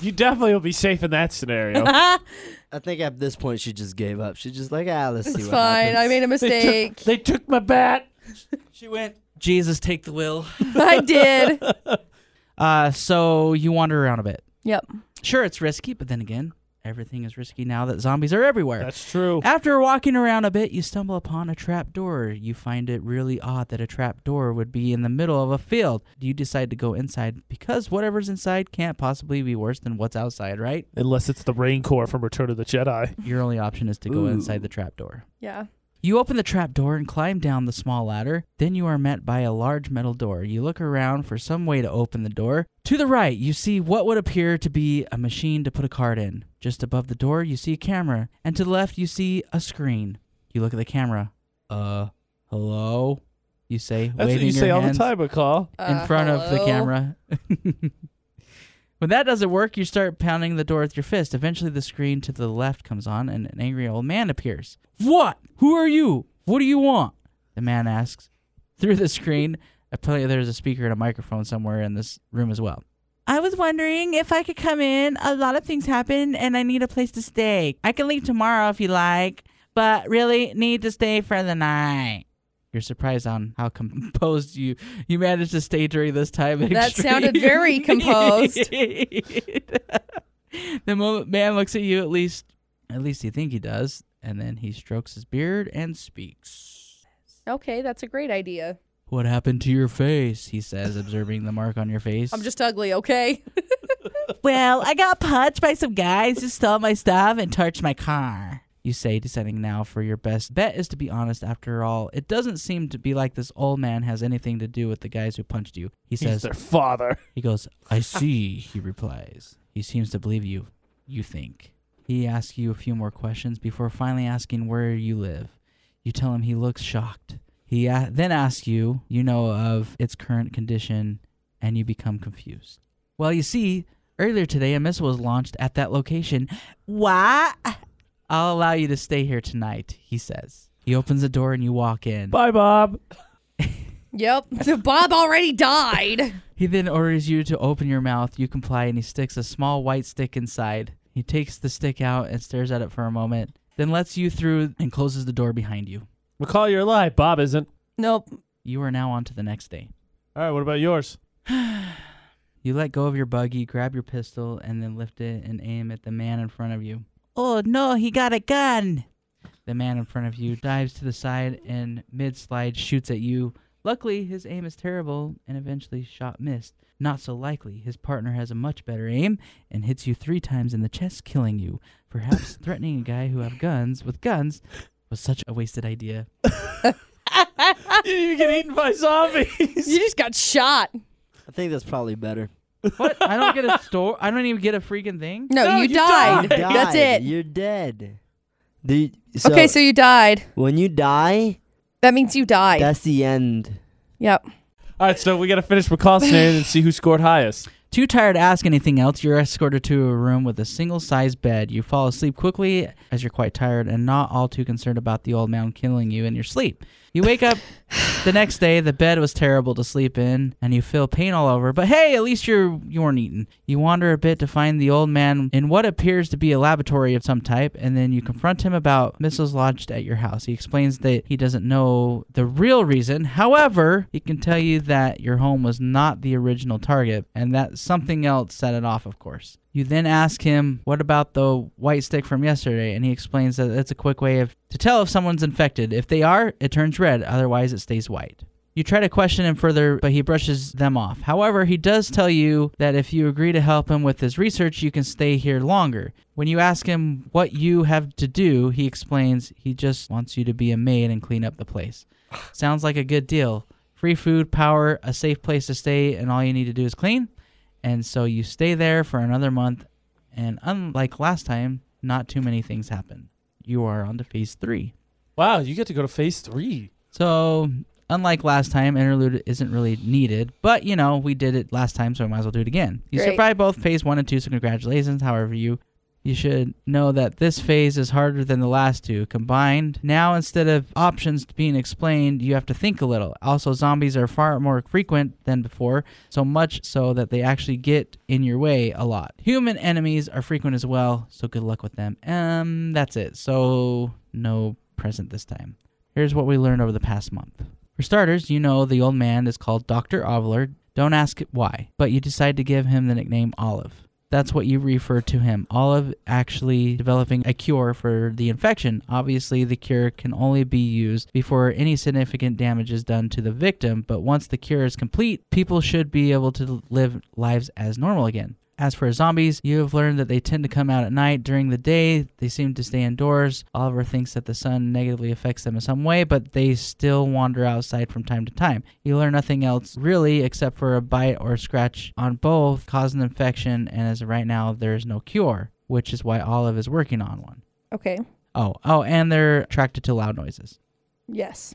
S1: you definitely will be safe in that scenario.
S4: I think at this point she just gave up. She just like, ah, let's see
S2: it's
S4: what
S2: fine.
S4: happens.
S2: I made a
S1: they, took,
S2: mistake.
S1: they took my bat.
S3: She went, Jesus, take the will.
S2: I did.
S3: Uh, so you wander around a bit.
S2: Yep.
S3: Sure, it's risky, but then again, everything is risky now that zombies are everywhere.
S1: That's true.
S3: After walking around a bit, you stumble upon a trap door. You find it really odd that a trap door would be in the middle of a field. You decide to go inside because whatever's inside can't possibly be worse than what's outside, right?
S1: Unless it's the rain core from Return of the Jedi.
S3: Your only option is to go
S4: Ooh.
S3: inside the trap door.
S2: Yeah.
S3: You open the trap door and climb down the small ladder. Then you are met by a large metal door. You look around for some way to open the door. To the right, you see what would appear to be a machine to put a card in. Just above the door, you see a camera, and to the left, you see a screen. You look at the camera. Uh, hello? You say,
S1: That's what
S3: waving
S1: you say
S3: your
S1: all the
S3: hands
S1: time, McCall.
S2: Uh,
S3: in front of the camera. when that doesn't work, you start pounding the door with your fist. Eventually, the screen to the left comes on and an angry old man appears. What? Who are you? What do you want? The man asks. Through the screen, apparently there's a speaker and a microphone somewhere in this room as well. I was wondering if I could come in. A lot of things happen and I need a place to stay. I can leave tomorrow if you like, but really need to stay for the night. You're surprised on how composed you you managed to stay during this time. of
S2: That
S3: extreme-
S2: sounded very composed.
S3: the moment man looks at you, at least at least you think he does, and then he strokes his beard and speaks.
S2: Okay, that's a great idea.
S3: What happened to your face? He says, observing the mark on your face.
S2: I'm just ugly, okay?
S3: Well, I got punched by some guys who stole my stuff and torched my car. You say, deciding now for your best bet is to be honest. After all, it doesn't seem to be like this old man has anything to do with the guys who punched you. He
S1: He's
S3: says,
S1: their father.
S3: he goes, I see, he replies. He seems to believe you. You think. He asks you a few more questions before finally asking where you live. You tell him he looks shocked. He a- then asks you, you know, of its current condition, and you become confused. Well, you see, Earlier today, a missile was launched at that location. Why? I'll allow you to stay here tonight, he says. He opens the door and you walk in.
S1: Bye, Bob.
S2: Yep. Bob already died.
S3: He then orders you to open your mouth. You comply, and he sticks a small white stick inside. He takes the stick out and stares at it for a moment, then lets you through and closes the door behind you.
S1: McCall, you're alive. Bob isn't.
S2: Nope.
S3: You are now on to the next day.
S1: All right, what about yours?
S3: You let go of your buggy, grab your pistol, and then lift it and aim at the man in front of you. Oh no, he got a gun! The man in front of you dives to the side and mid slide shoots at you. Luckily, his aim is terrible and eventually shot missed. Not so likely, his partner has a much better aim and hits you three times in the chest, killing you. Perhaps threatening a guy who have guns with guns was such a wasted idea. Ah.
S1: you didn't even get eaten by zombies.
S2: You just got shot.
S4: I think that's probably better.
S3: What? I don't get a store. I don't even get a freaking thing.
S2: No,
S1: No,
S2: you,
S1: you
S2: died.
S1: died.
S2: That's it.
S4: Died. You're dead. The- so
S2: okay, so you died.
S4: when you die,
S2: That means you died.
S4: that's the end.
S2: yep.
S1: All right, so we got to finish McCall's scenario and see who scored highest.
S3: Too tired to ask anything else, you're escorted to a room with a single size bed. You fall asleep quickly as you're quite tired and not all too concerned about the old man killing you in your sleep. You wake up the next day, the bed was terrible to sleep in, and you feel pain all over, but hey, at least you're you weren't eaten. You wander a bit to find the old man in what appears to be a laboratory of some type, and then you confront him about missiles lodged at your house. He explains that he doesn't know the real reason. However, he can tell you that your home was not the original target, and that something else set it off, of course. You then ask him, What about the white stick from yesterday? And he explains that it's a quick way of to tell if someone's infected. If they are, it turns red, otherwise, it stays white. You try to question him further, but he brushes them off. However, he does tell you that if you agree to help him with his research, you can stay here longer. When you ask him what you have to do, he explains he just wants you to be a maid and clean up the place. Sounds like a good deal. Free food, power, a safe place to stay, and all you need to do is clean. And so you stay there for another month, and unlike last time, not too many things happen. You are on to phase three.
S1: Wow, you get to go to phase three.
S3: So, unlike last time, interlude isn't really needed, but you know, we did it last time, so we might as well do it again. You
S2: Great.
S3: survived both phase one and two, so congratulations. However, you you should know that this phase is harder than the last two combined. Now, instead of options being explained, you have to think a little. Also, zombies are far more frequent than before, so much so that they actually get in your way a lot. Human enemies are frequent as well, so good luck with them. Um, that's it. So, no present this time. Here's what we learned over the past month. For starters, you know the old man is called Dr. Ovler. Don't ask why, but you decide to give him the nickname Olive. That's what you refer to him. Olive actually developing a cure for the infection. Obviously, the cure can only be used before any significant damage is done to the victim, but once the cure is complete, people should be able to live lives as normal again. As for zombies, you have learned that they tend to come out at night. During the day, they seem to stay indoors. Oliver thinks that the sun negatively affects them in some way, but they still wander outside from time to time. You learn nothing else really except for a bite or scratch on both cause an infection, and as of right now, there is no cure, which is why Olive is working on one.
S2: Okay.
S3: Oh, oh, and they're attracted to loud noises.
S2: Yes.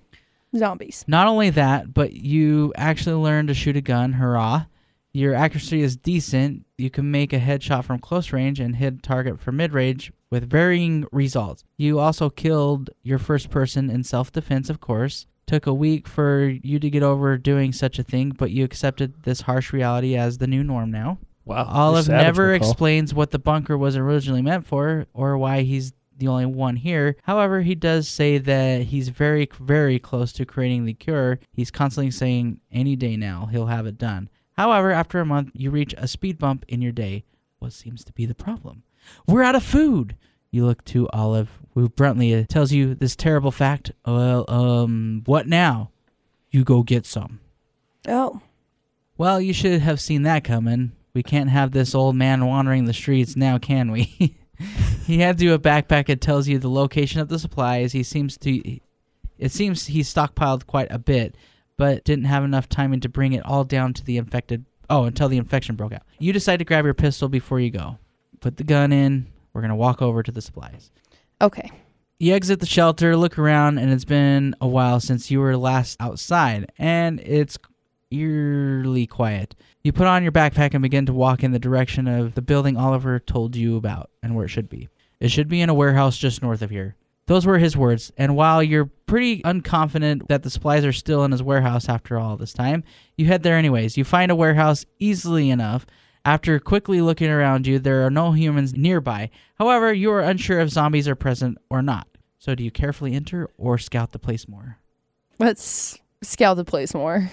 S2: Zombies.
S3: Not only that, but you actually learn to shoot a gun. Hurrah! Your accuracy is decent. You can make a headshot from close range and hit target for mid range with varying results. You also killed your first person in self defense, of course. Took a week for you to get over doing such a thing, but you accepted this harsh reality as the new norm now.
S1: Wow,
S3: Olive never explains what the bunker was originally meant for or why he's the only one here. However, he does say that he's very, very close to creating the cure. He's constantly saying, any day now, he'll have it done. However, after a month, you reach a speed bump in your day. What seems to be the problem? We're out of food. You look to Olive, who bluntly tells you this terrible fact. Well, um, what now? You go get some.
S2: Oh.
S3: Well, you should have seen that coming. We can't have this old man wandering the streets now, can we? he hands you a backpack that tells you the location of the supplies. He seems to. It seems he stockpiled quite a bit, but didn't have enough timing to bring it all down to the infected. Oh, until the infection broke out. You decide to grab your pistol before you go. Put the gun in. We're going to walk over to the supplies.
S2: Okay.
S3: You exit the shelter, look around, and it's been a while since you were last outside, and it's eerily quiet. You put on your backpack and begin to walk in the direction of the building Oliver told you about and where it should be. It should be in a warehouse just north of here. Those were his words, and while you're pretty unconfident that the supplies are still in his warehouse after all this time, you head there anyways. You find a warehouse easily enough. After quickly looking around you, there are no humans nearby. However, you are unsure if zombies are present or not. So, do you carefully enter or scout the place more?
S2: Let's scout the place more.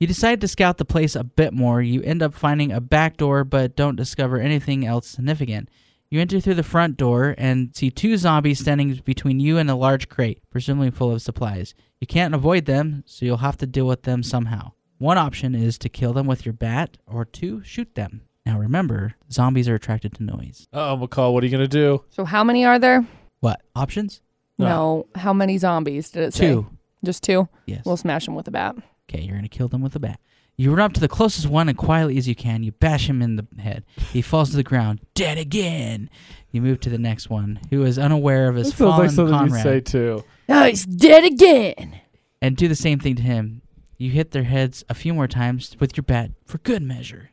S3: You decide to scout the place a bit more. You end up finding a back door, but don't discover anything else significant. You enter through the front door and see two zombies standing between you and a large crate, presumably full of supplies. You can't avoid them, so you'll have to deal with them somehow. One option is to kill them with your bat, or two, shoot them. Now remember, zombies are attracted to noise.
S1: Oh, McCall, what are you gonna do?
S2: So how many are there?
S3: What? Options?
S1: No.
S2: No. How many zombies did it say?
S3: Two.
S2: Just two.
S3: Yes.
S2: We'll smash them with a bat.
S3: Okay, you're gonna kill them with a bat. You run up to the closest one and quietly as you can, you bash him in the head. He falls to the ground, dead again. You move to the next one, who is unaware of his fallen comrade,
S1: too.
S2: Oh, he's dead again.
S3: and do the same thing to him. You hit their heads a few more times with your bat for good measure.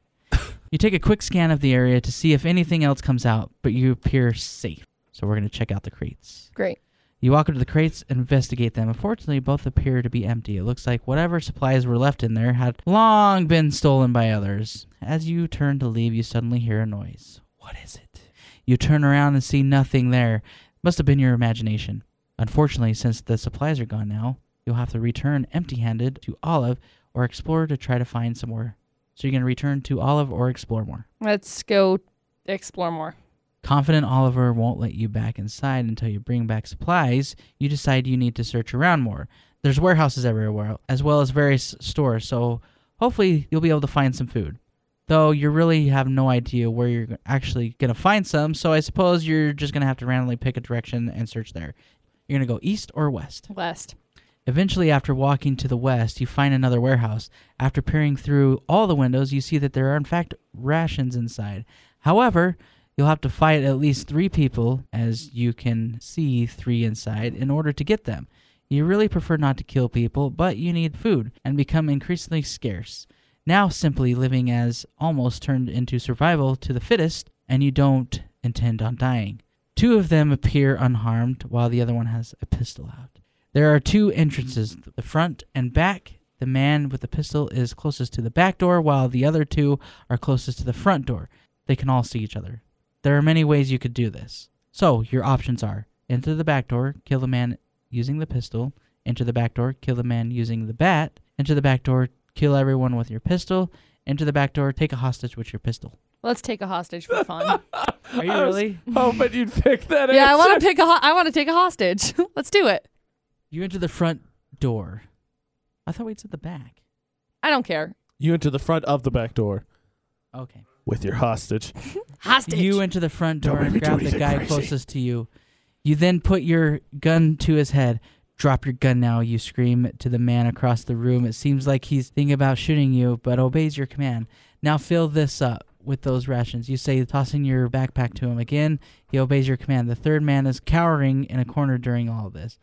S3: you take a quick scan of the area to see if anything else comes out, but you appear safe. So we're gonna check out the crates.
S2: Great.
S3: You walk up to the crates and investigate them. Unfortunately, both appear to be empty. It looks like whatever supplies were left in there had long been stolen by others. As you turn to leave, you suddenly hear a noise. What is it? You turn around and see nothing there. Must have been your imagination. Unfortunately, since the supplies are gone now, you'll have to return empty handed to Olive or explore to try to find some more. So you're going to return to Olive or explore more.
S2: Let's go explore more.
S3: Confident Oliver won't let you back inside until you bring back supplies. You decide you need to search around more. There's warehouses everywhere, as well as various stores, so hopefully you'll be able to find some food. Though you really have no idea where you're actually going to find some, so I suppose you're just going to have to randomly pick a direction and search there. You're going to go east or west.
S2: West.
S3: Eventually, after walking to the west, you find another warehouse. After peering through all the windows, you see that there are, in fact, rations inside. However, you'll have to fight at least three people, as you can see three inside, in order to get them. You really prefer not to kill people, but you need food and become increasingly scarce. Now, simply living as almost turned into survival to the fittest, and you don't intend on dying. Two of them appear unharmed, while the other one has a pistol out. There are two entrances, the front and back. The man with the pistol is closest to the back door, while the other two are closest to the front door. They can all see each other. There are many ways you could do this. So, your options are enter the back door, kill the man using the pistol, enter the back door, kill the man using the bat, enter the back door, kill everyone with your pistol, enter the back door, take a hostage with your pistol.
S2: Let's take a hostage for fun.
S3: Are you
S1: I was-
S3: really?
S1: Oh, but you'd pick that
S2: yeah, I want to pick a. Ho- I want to take a hostage. Let's do it.
S3: You enter the front door. I thought we'd said the back.
S2: I don't care.
S1: You enter the front of the back door
S3: Okay.
S1: with your hostage.
S2: Hostage.
S3: You enter the front
S1: Don't
S3: door
S1: make me
S3: and
S1: do
S3: grab the
S1: anything
S3: guy
S1: crazy.
S3: closest to you. You then put your gun to his head. Drop your gun now, you scream to the man across the room. It seems like he's thinking about shooting you, but obeys your command. Now fill this up with those rations. You say, tossing your backpack to him again. He obeys your command. The third man is cowering in a corner during all this.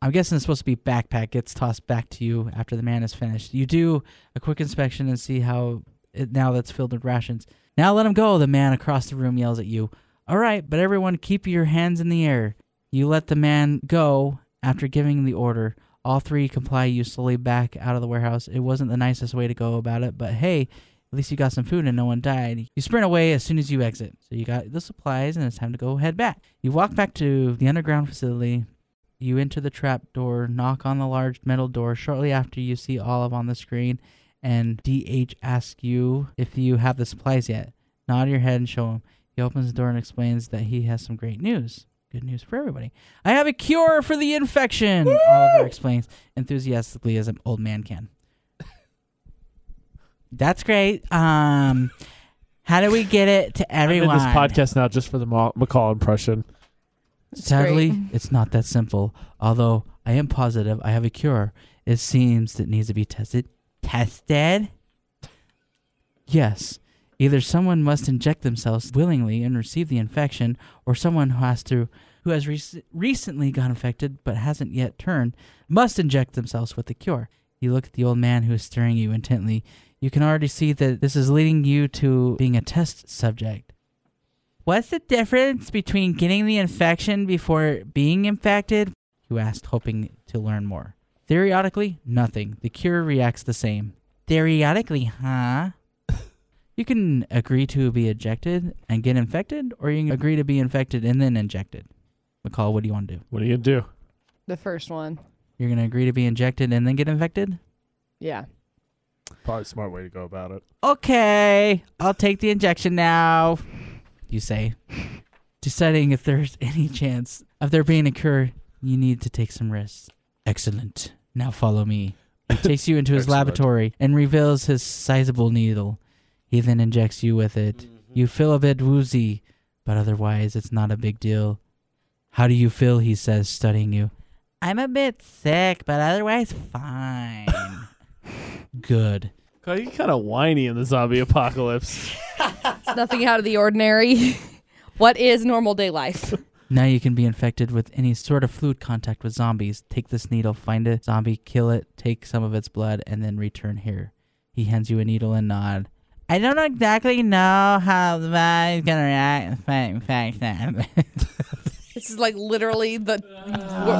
S3: I'm guessing it's supposed to be backpack gets tossed back to you after the man is finished. You do a quick inspection and see how it now that's filled with rations. Now let him go, the man across the room yells at you. All right, but everyone keep your hands in the air. You let the man go after giving the order. All three comply you slowly back out of the warehouse. It wasn't the nicest way to go about it, but hey, at least you got some food and no one died. You sprint away as soon as you exit. So you got the supplies and it's time to go head back. You walk back to the underground facility. You enter the trap door, knock on the large metal door. Shortly after, you see Olive on the screen, and DH asks you if you have the supplies yet. Nod your head and show him. He opens the door and explains that he has some great news. Good news for everybody. I have a cure for the infection, Oliver explains enthusiastically as an old man can. That's great. Um, how do we get it to everyone?
S1: I'm in this podcast now just for the Ma- McCall impression.
S3: Sadly,
S2: great.
S3: it's not that simple. Although I am positive I have a cure. It seems that needs to be tested. Tested? Yes. Either someone must inject themselves willingly and receive the infection, or someone who has to who has rec recently got infected but hasn't yet turned must inject themselves with the cure. You look at the old man who is staring you intently. You can already see that this is leading you to being a test subject. What's the difference between getting the infection before being infected? You asked, hoping to learn more. Theoretically, nothing. The cure reacts the same. Theoretically, huh? You can agree to be ejected and get infected, or you can agree to be infected and then injected. McCall, what do you want to do?
S1: What are you gonna do?
S2: The first one.
S3: You're going to agree to be injected and then get infected?
S2: Yeah.
S1: Probably a smart way to go about it.
S3: Okay, I'll take the injection now, you say. Deciding if there's any chance of there being a cure, you need to take some risks. Excellent. Now follow me. He takes you into his
S1: Excellent.
S3: laboratory and reveals his sizable needle. He then injects you with it. You feel a bit woozy, but otherwise it's not a big deal. How do you feel? He says, studying you. I'm a bit sick, but otherwise fine. Good.
S1: God, you kind of whiny in the zombie apocalypse.
S2: It's nothing out of the ordinary. what is normal day life?
S3: Now you can be infected with any sort of fluid contact with zombies. Take this needle, find a zombie, kill it, take some of its blood, and then return here. He hands you a needle and nod. I don't exactly know how the body's gonna react with my infection.
S2: This is like literally the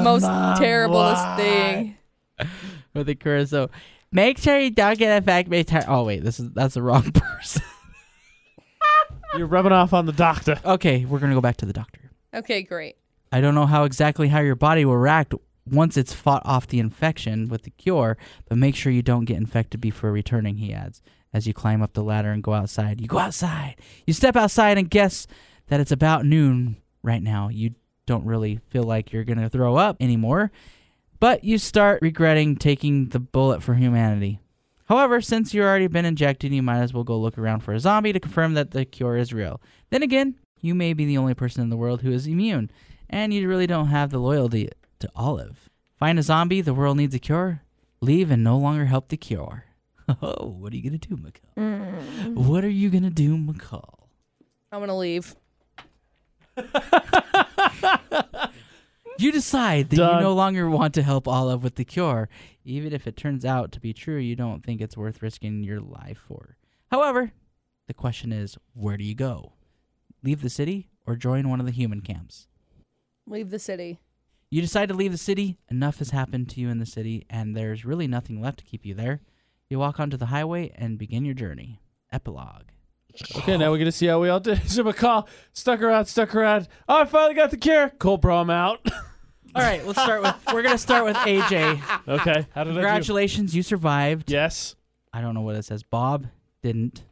S2: most terriblest thing.
S3: with the curacao. Make sure you don't get infected. by tar- Oh wait, this is that's the wrong person.
S1: You're rubbing off on the doctor.
S3: okay, we're gonna go back to the doctor.
S2: Okay, great.
S3: I don't know how exactly how your body will react once it's fought off the infection with the cure, but make sure you don't get infected before returning, he adds. As you climb up the ladder and go outside, you go outside. You step outside and guess that it's about noon right now. You don't really feel like you're going to throw up anymore, but you start regretting taking the bullet for humanity. However, since you've already been injected, you might as well go look around for a zombie to confirm that the cure is real. Then again, you may be the only person in the world who is immune, and you really don't have the loyalty to Olive. Find a zombie, the world needs a cure. Leave and no longer help the cure. Oh, what are you gonna do, McCall? What are you gonna do, McCall?
S2: I'm gonna leave.
S3: You decide that you
S1: Done.
S3: no longer want to help Olive with the cure, even if it turns out to be true. You don't think it's worth risking your life for. However, the question is, where do you go? Leave the city or join one of the human camps?
S2: Leave the city.
S3: You decide to leave the city. Enough has happened to you in the city, and there's really nothing left to keep you there. You walk onto the highway and begin your journey. Epilogue.
S1: Okay, now we're gonna see how we all did. So McCall stuck around, stuck around. Oh, I finally got the cure. Cold bra, I'm out.
S3: All right, let's start with. We're gonna start with AJ.
S1: okay, how did I do?
S3: Congratulations, you survived.
S1: Yes,
S3: I don't know what it says. Bob didn't.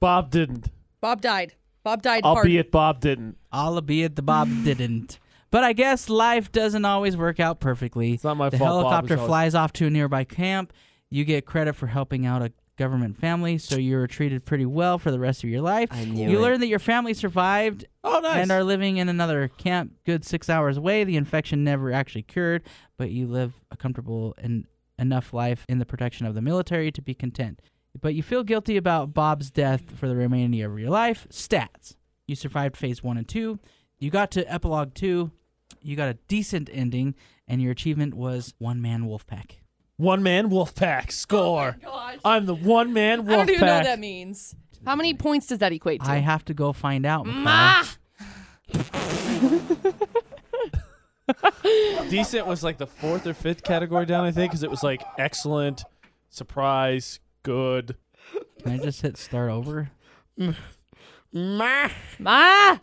S1: Bob didn't.
S2: Bob died. Bob died hard.
S1: Albeit Bob didn't.
S3: Albeit the Bob didn't. But I guess life doesn't always work out perfectly.
S1: It's not my
S3: the
S1: fault.
S3: helicopter
S1: Bob was always-
S3: flies off to a nearby camp. You get credit for helping out a government family, so you're treated pretty well for the rest of your life.
S4: I knew
S3: You
S4: it.
S3: learn that your family survived
S1: Oh, nice.
S3: and are living in another camp good six hours away. The infection never actually cured, but you live a comfortable and enough life in the protection of the military to be content. But you feel guilty about Bob's death for the remainder of your life. Stats. You survived phase one and two. You got to epilogue two. You got a decent ending, and your achievement was one man wolf pack.
S1: One man wolf pack score. I'm the one man
S2: I don't
S1: wolf
S2: even know what that
S1: pack.
S2: means. How many points does that equate to?
S3: I have to go find out. McCall.
S1: Decent was like the fourth or fifth category down, I think, because it was like excellent, surprise, good.
S3: Can I just hit start over?
S4: Meh.
S2: Ma!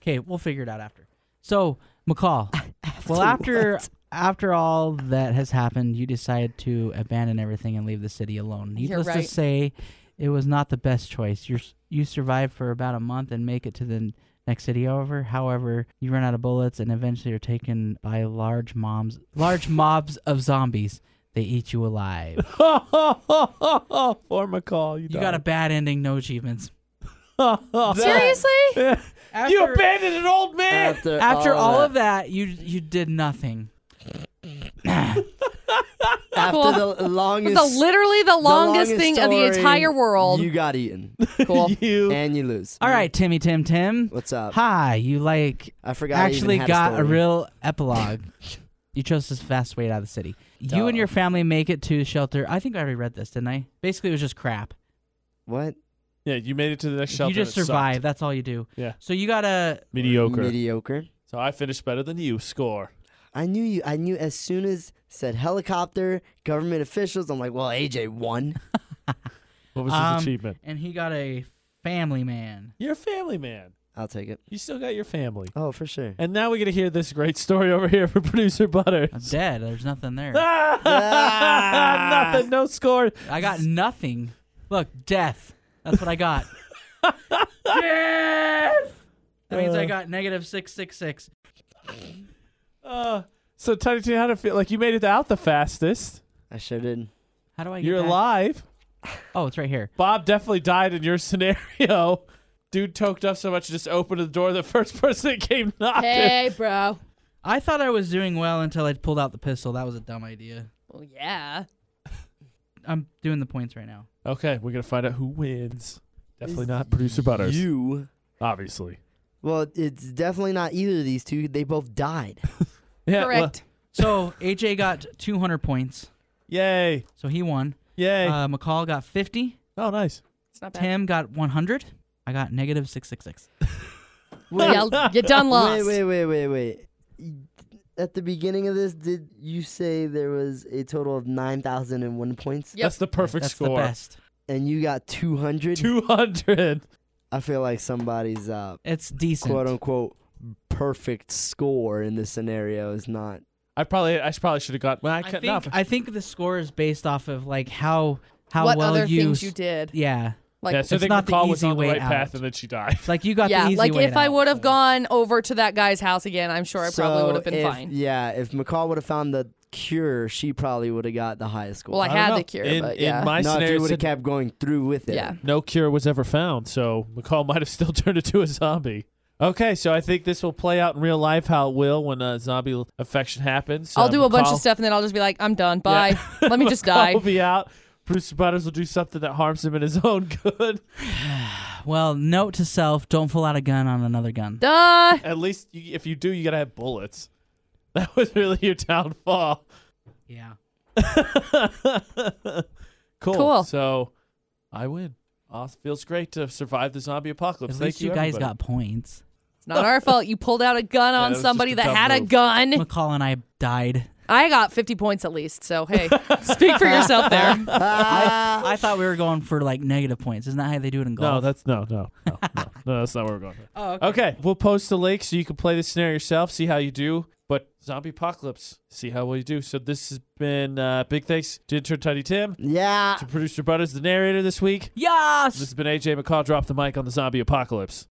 S3: Okay, we'll figure it out after. So, McCall. well, after after all that has happened, you decide to abandon everything and leave the city alone.
S2: You're
S3: Needless to
S2: right.
S3: say, it was not the best choice. You are you survive for about a month and make it to the n- next city over. However, you run out of bullets and eventually are taken by large mobs large mobs of zombies. They eat you alive.
S1: Ho ho ho ho ho! For McCall, you,
S3: You got a bad ending, no achievements.
S1: got
S2: Seriously?
S1: You abandoned an old man.
S4: After,
S3: after all, of
S4: that,
S3: that, you you did nothing.
S2: Cool.
S4: after the longest,
S2: It's the, literally the
S4: the
S2: longest, thing of the
S4: story,
S2: entire world.
S4: you got eaten
S2: cool.
S1: you.
S4: and you lose.
S3: All right, Timmy Tim Tim.
S4: what's up?
S3: Hi, you like
S4: I forgot. I even
S3: actually
S4: had
S3: got a
S4: story.
S3: real epilogue. You chose the fast way out of the city.
S4: Duh.
S3: You and your family make it to shelter. I think I already read this, didn't I? Basically, it was just crap.
S4: What?
S1: Yeah, you made it to the next shelter.
S3: you just
S1: and it sucked.
S3: survive. That's all you do.
S1: Yeah.
S3: So you gotta.
S1: Mediocre.
S4: Mediocre.
S1: so I finished better than you. Score.
S4: I knew you. I knew as soon as said helicopter, government officials. I'm like, well, AJ won.
S1: What was
S3: Um,
S1: his achievement?
S3: And he got a family man.
S1: You're a family man.
S4: I'll take it.
S1: You still got your family.
S4: Oh, for sure.
S1: And now we get to hear this great story over here for producer Butter.
S3: I'm dead. There's nothing there.
S1: Ah, Nothing. No score.
S3: I got nothing. Look, death. That's what I got. death. That means I got negative six six six.
S1: Uh, so Tiny Tina, how to feel? Like you made it out the fastest.
S4: I sure did.
S3: How do I? Get
S1: You're
S3: back?
S1: alive.
S3: Oh, it's right here.
S1: Bob definitely died in your scenario. Dude toked up so much, he just opened the door. The first person that came knocking.
S2: Hey, bro.
S3: I thought I was doing well until I pulled out the pistol. That was a dumb idea.
S2: Well, yeah.
S3: I'm doing the points right now.
S1: Okay, we're gonna find out who wins. Definitely not producer Butters.
S4: You.
S1: obviously.
S4: Well, it's definitely not either of these two. They both died.
S1: Yeah, well,
S2: Correct.
S3: So AJ got 200 points,
S1: yay!
S3: so he won.
S1: Yay!
S3: Uh, McCall got 50.
S1: oh, nice.
S2: It's not bad.
S3: Tim got 100. I got negative 666.
S2: Yeah, you done lost.
S4: Wait, wait, wait, wait, wait. Y- At the beginning of this, did you say there was a total of nine thousand and one points,
S2: Yep.
S1: That's the perfect
S3: That's
S1: score.
S3: the best.
S4: and you got two hundred?
S1: Two hundred.
S4: I feel like somebody's uh,
S3: It's decent.
S4: quote unquote perfect score in this scenario is not.
S1: I probably, I probably should have got. Well, I,
S3: I
S1: can't. no,
S3: think, I think the score is based off of like how how
S2: what
S3: well
S2: other
S3: you
S2: things
S3: s-
S2: you did?
S3: Yeah.
S2: Like,
S1: yeah, so I
S3: it's
S1: think
S3: not the
S1: McCall was
S3: easy
S1: on the
S3: way
S1: right
S3: out.
S1: path, and then she died.
S3: Like you got
S2: yeah,
S3: the easy
S2: like
S3: way
S2: if I
S3: out,
S2: would have
S3: so.
S2: gone over to that guy's house again, I'm sure I probably
S4: So
S2: would have been
S4: if-
S2: fine.
S4: Yeah, if McCall would have found the cure, she probably would have got the highest score.
S2: Well, I
S1: don't
S2: had
S1: know.
S2: the cure,
S1: in,
S2: but
S1: in
S2: yeah.
S1: my
S4: no, if
S1: scenario,
S4: you would have
S1: said
S4: kept going through with it.
S2: yeah.
S1: no cure was ever found, so McCall might have still turned into a zombie. Okay, so I think this will play out in real life how it will when a zombie affection happens.
S2: I'll
S1: Uh,
S2: do a bunch
S1: McCall-
S2: of stuff and then I'll just be like, I'm done. Bye.
S1: Yeah.
S2: Let me just
S1: McCall
S2: die.
S1: will be out. Bruce Butters will do something that harms him in his own good.
S3: Well, note to self: don't pull out a gun on another gun.
S2: Duh.
S1: At least you, if you do, you gotta have bullets. That was really your downfall.
S3: Yeah.
S1: cool.
S2: Cool.
S1: So I win. Awesome. Feels great to survive the zombie apocalypse.
S3: At
S1: Thank
S3: least you guys
S1: everybody.
S3: got points.
S2: It's not our fault. You pulled out a gun
S1: Yeah,
S2: on
S1: that was
S2: somebody
S1: just a
S2: that
S1: dumb
S2: had a
S1: move.
S2: gun.
S3: McCall and I died.
S2: I got 50 points at least. So, hey, speak for yourself there. Uh-huh.
S4: Ah,
S3: I thought we were going for like negative points. Isn't that how they do it in
S1: No,
S3: golf?
S1: that's no, no, no, no, no. That's not where we're going.
S3: oh,
S1: Okay, we'll post the link so you can play the scenario yourself, see how you do. But zombie apocalypse, see how well you do. So this has been uh, big thanks to intern Tiny Tim,
S4: yeah.
S1: to producer Butters, the narrator this week. This
S3: Yes.
S1: has been AJ McCall. Drop the mic on the zombie apocalypse.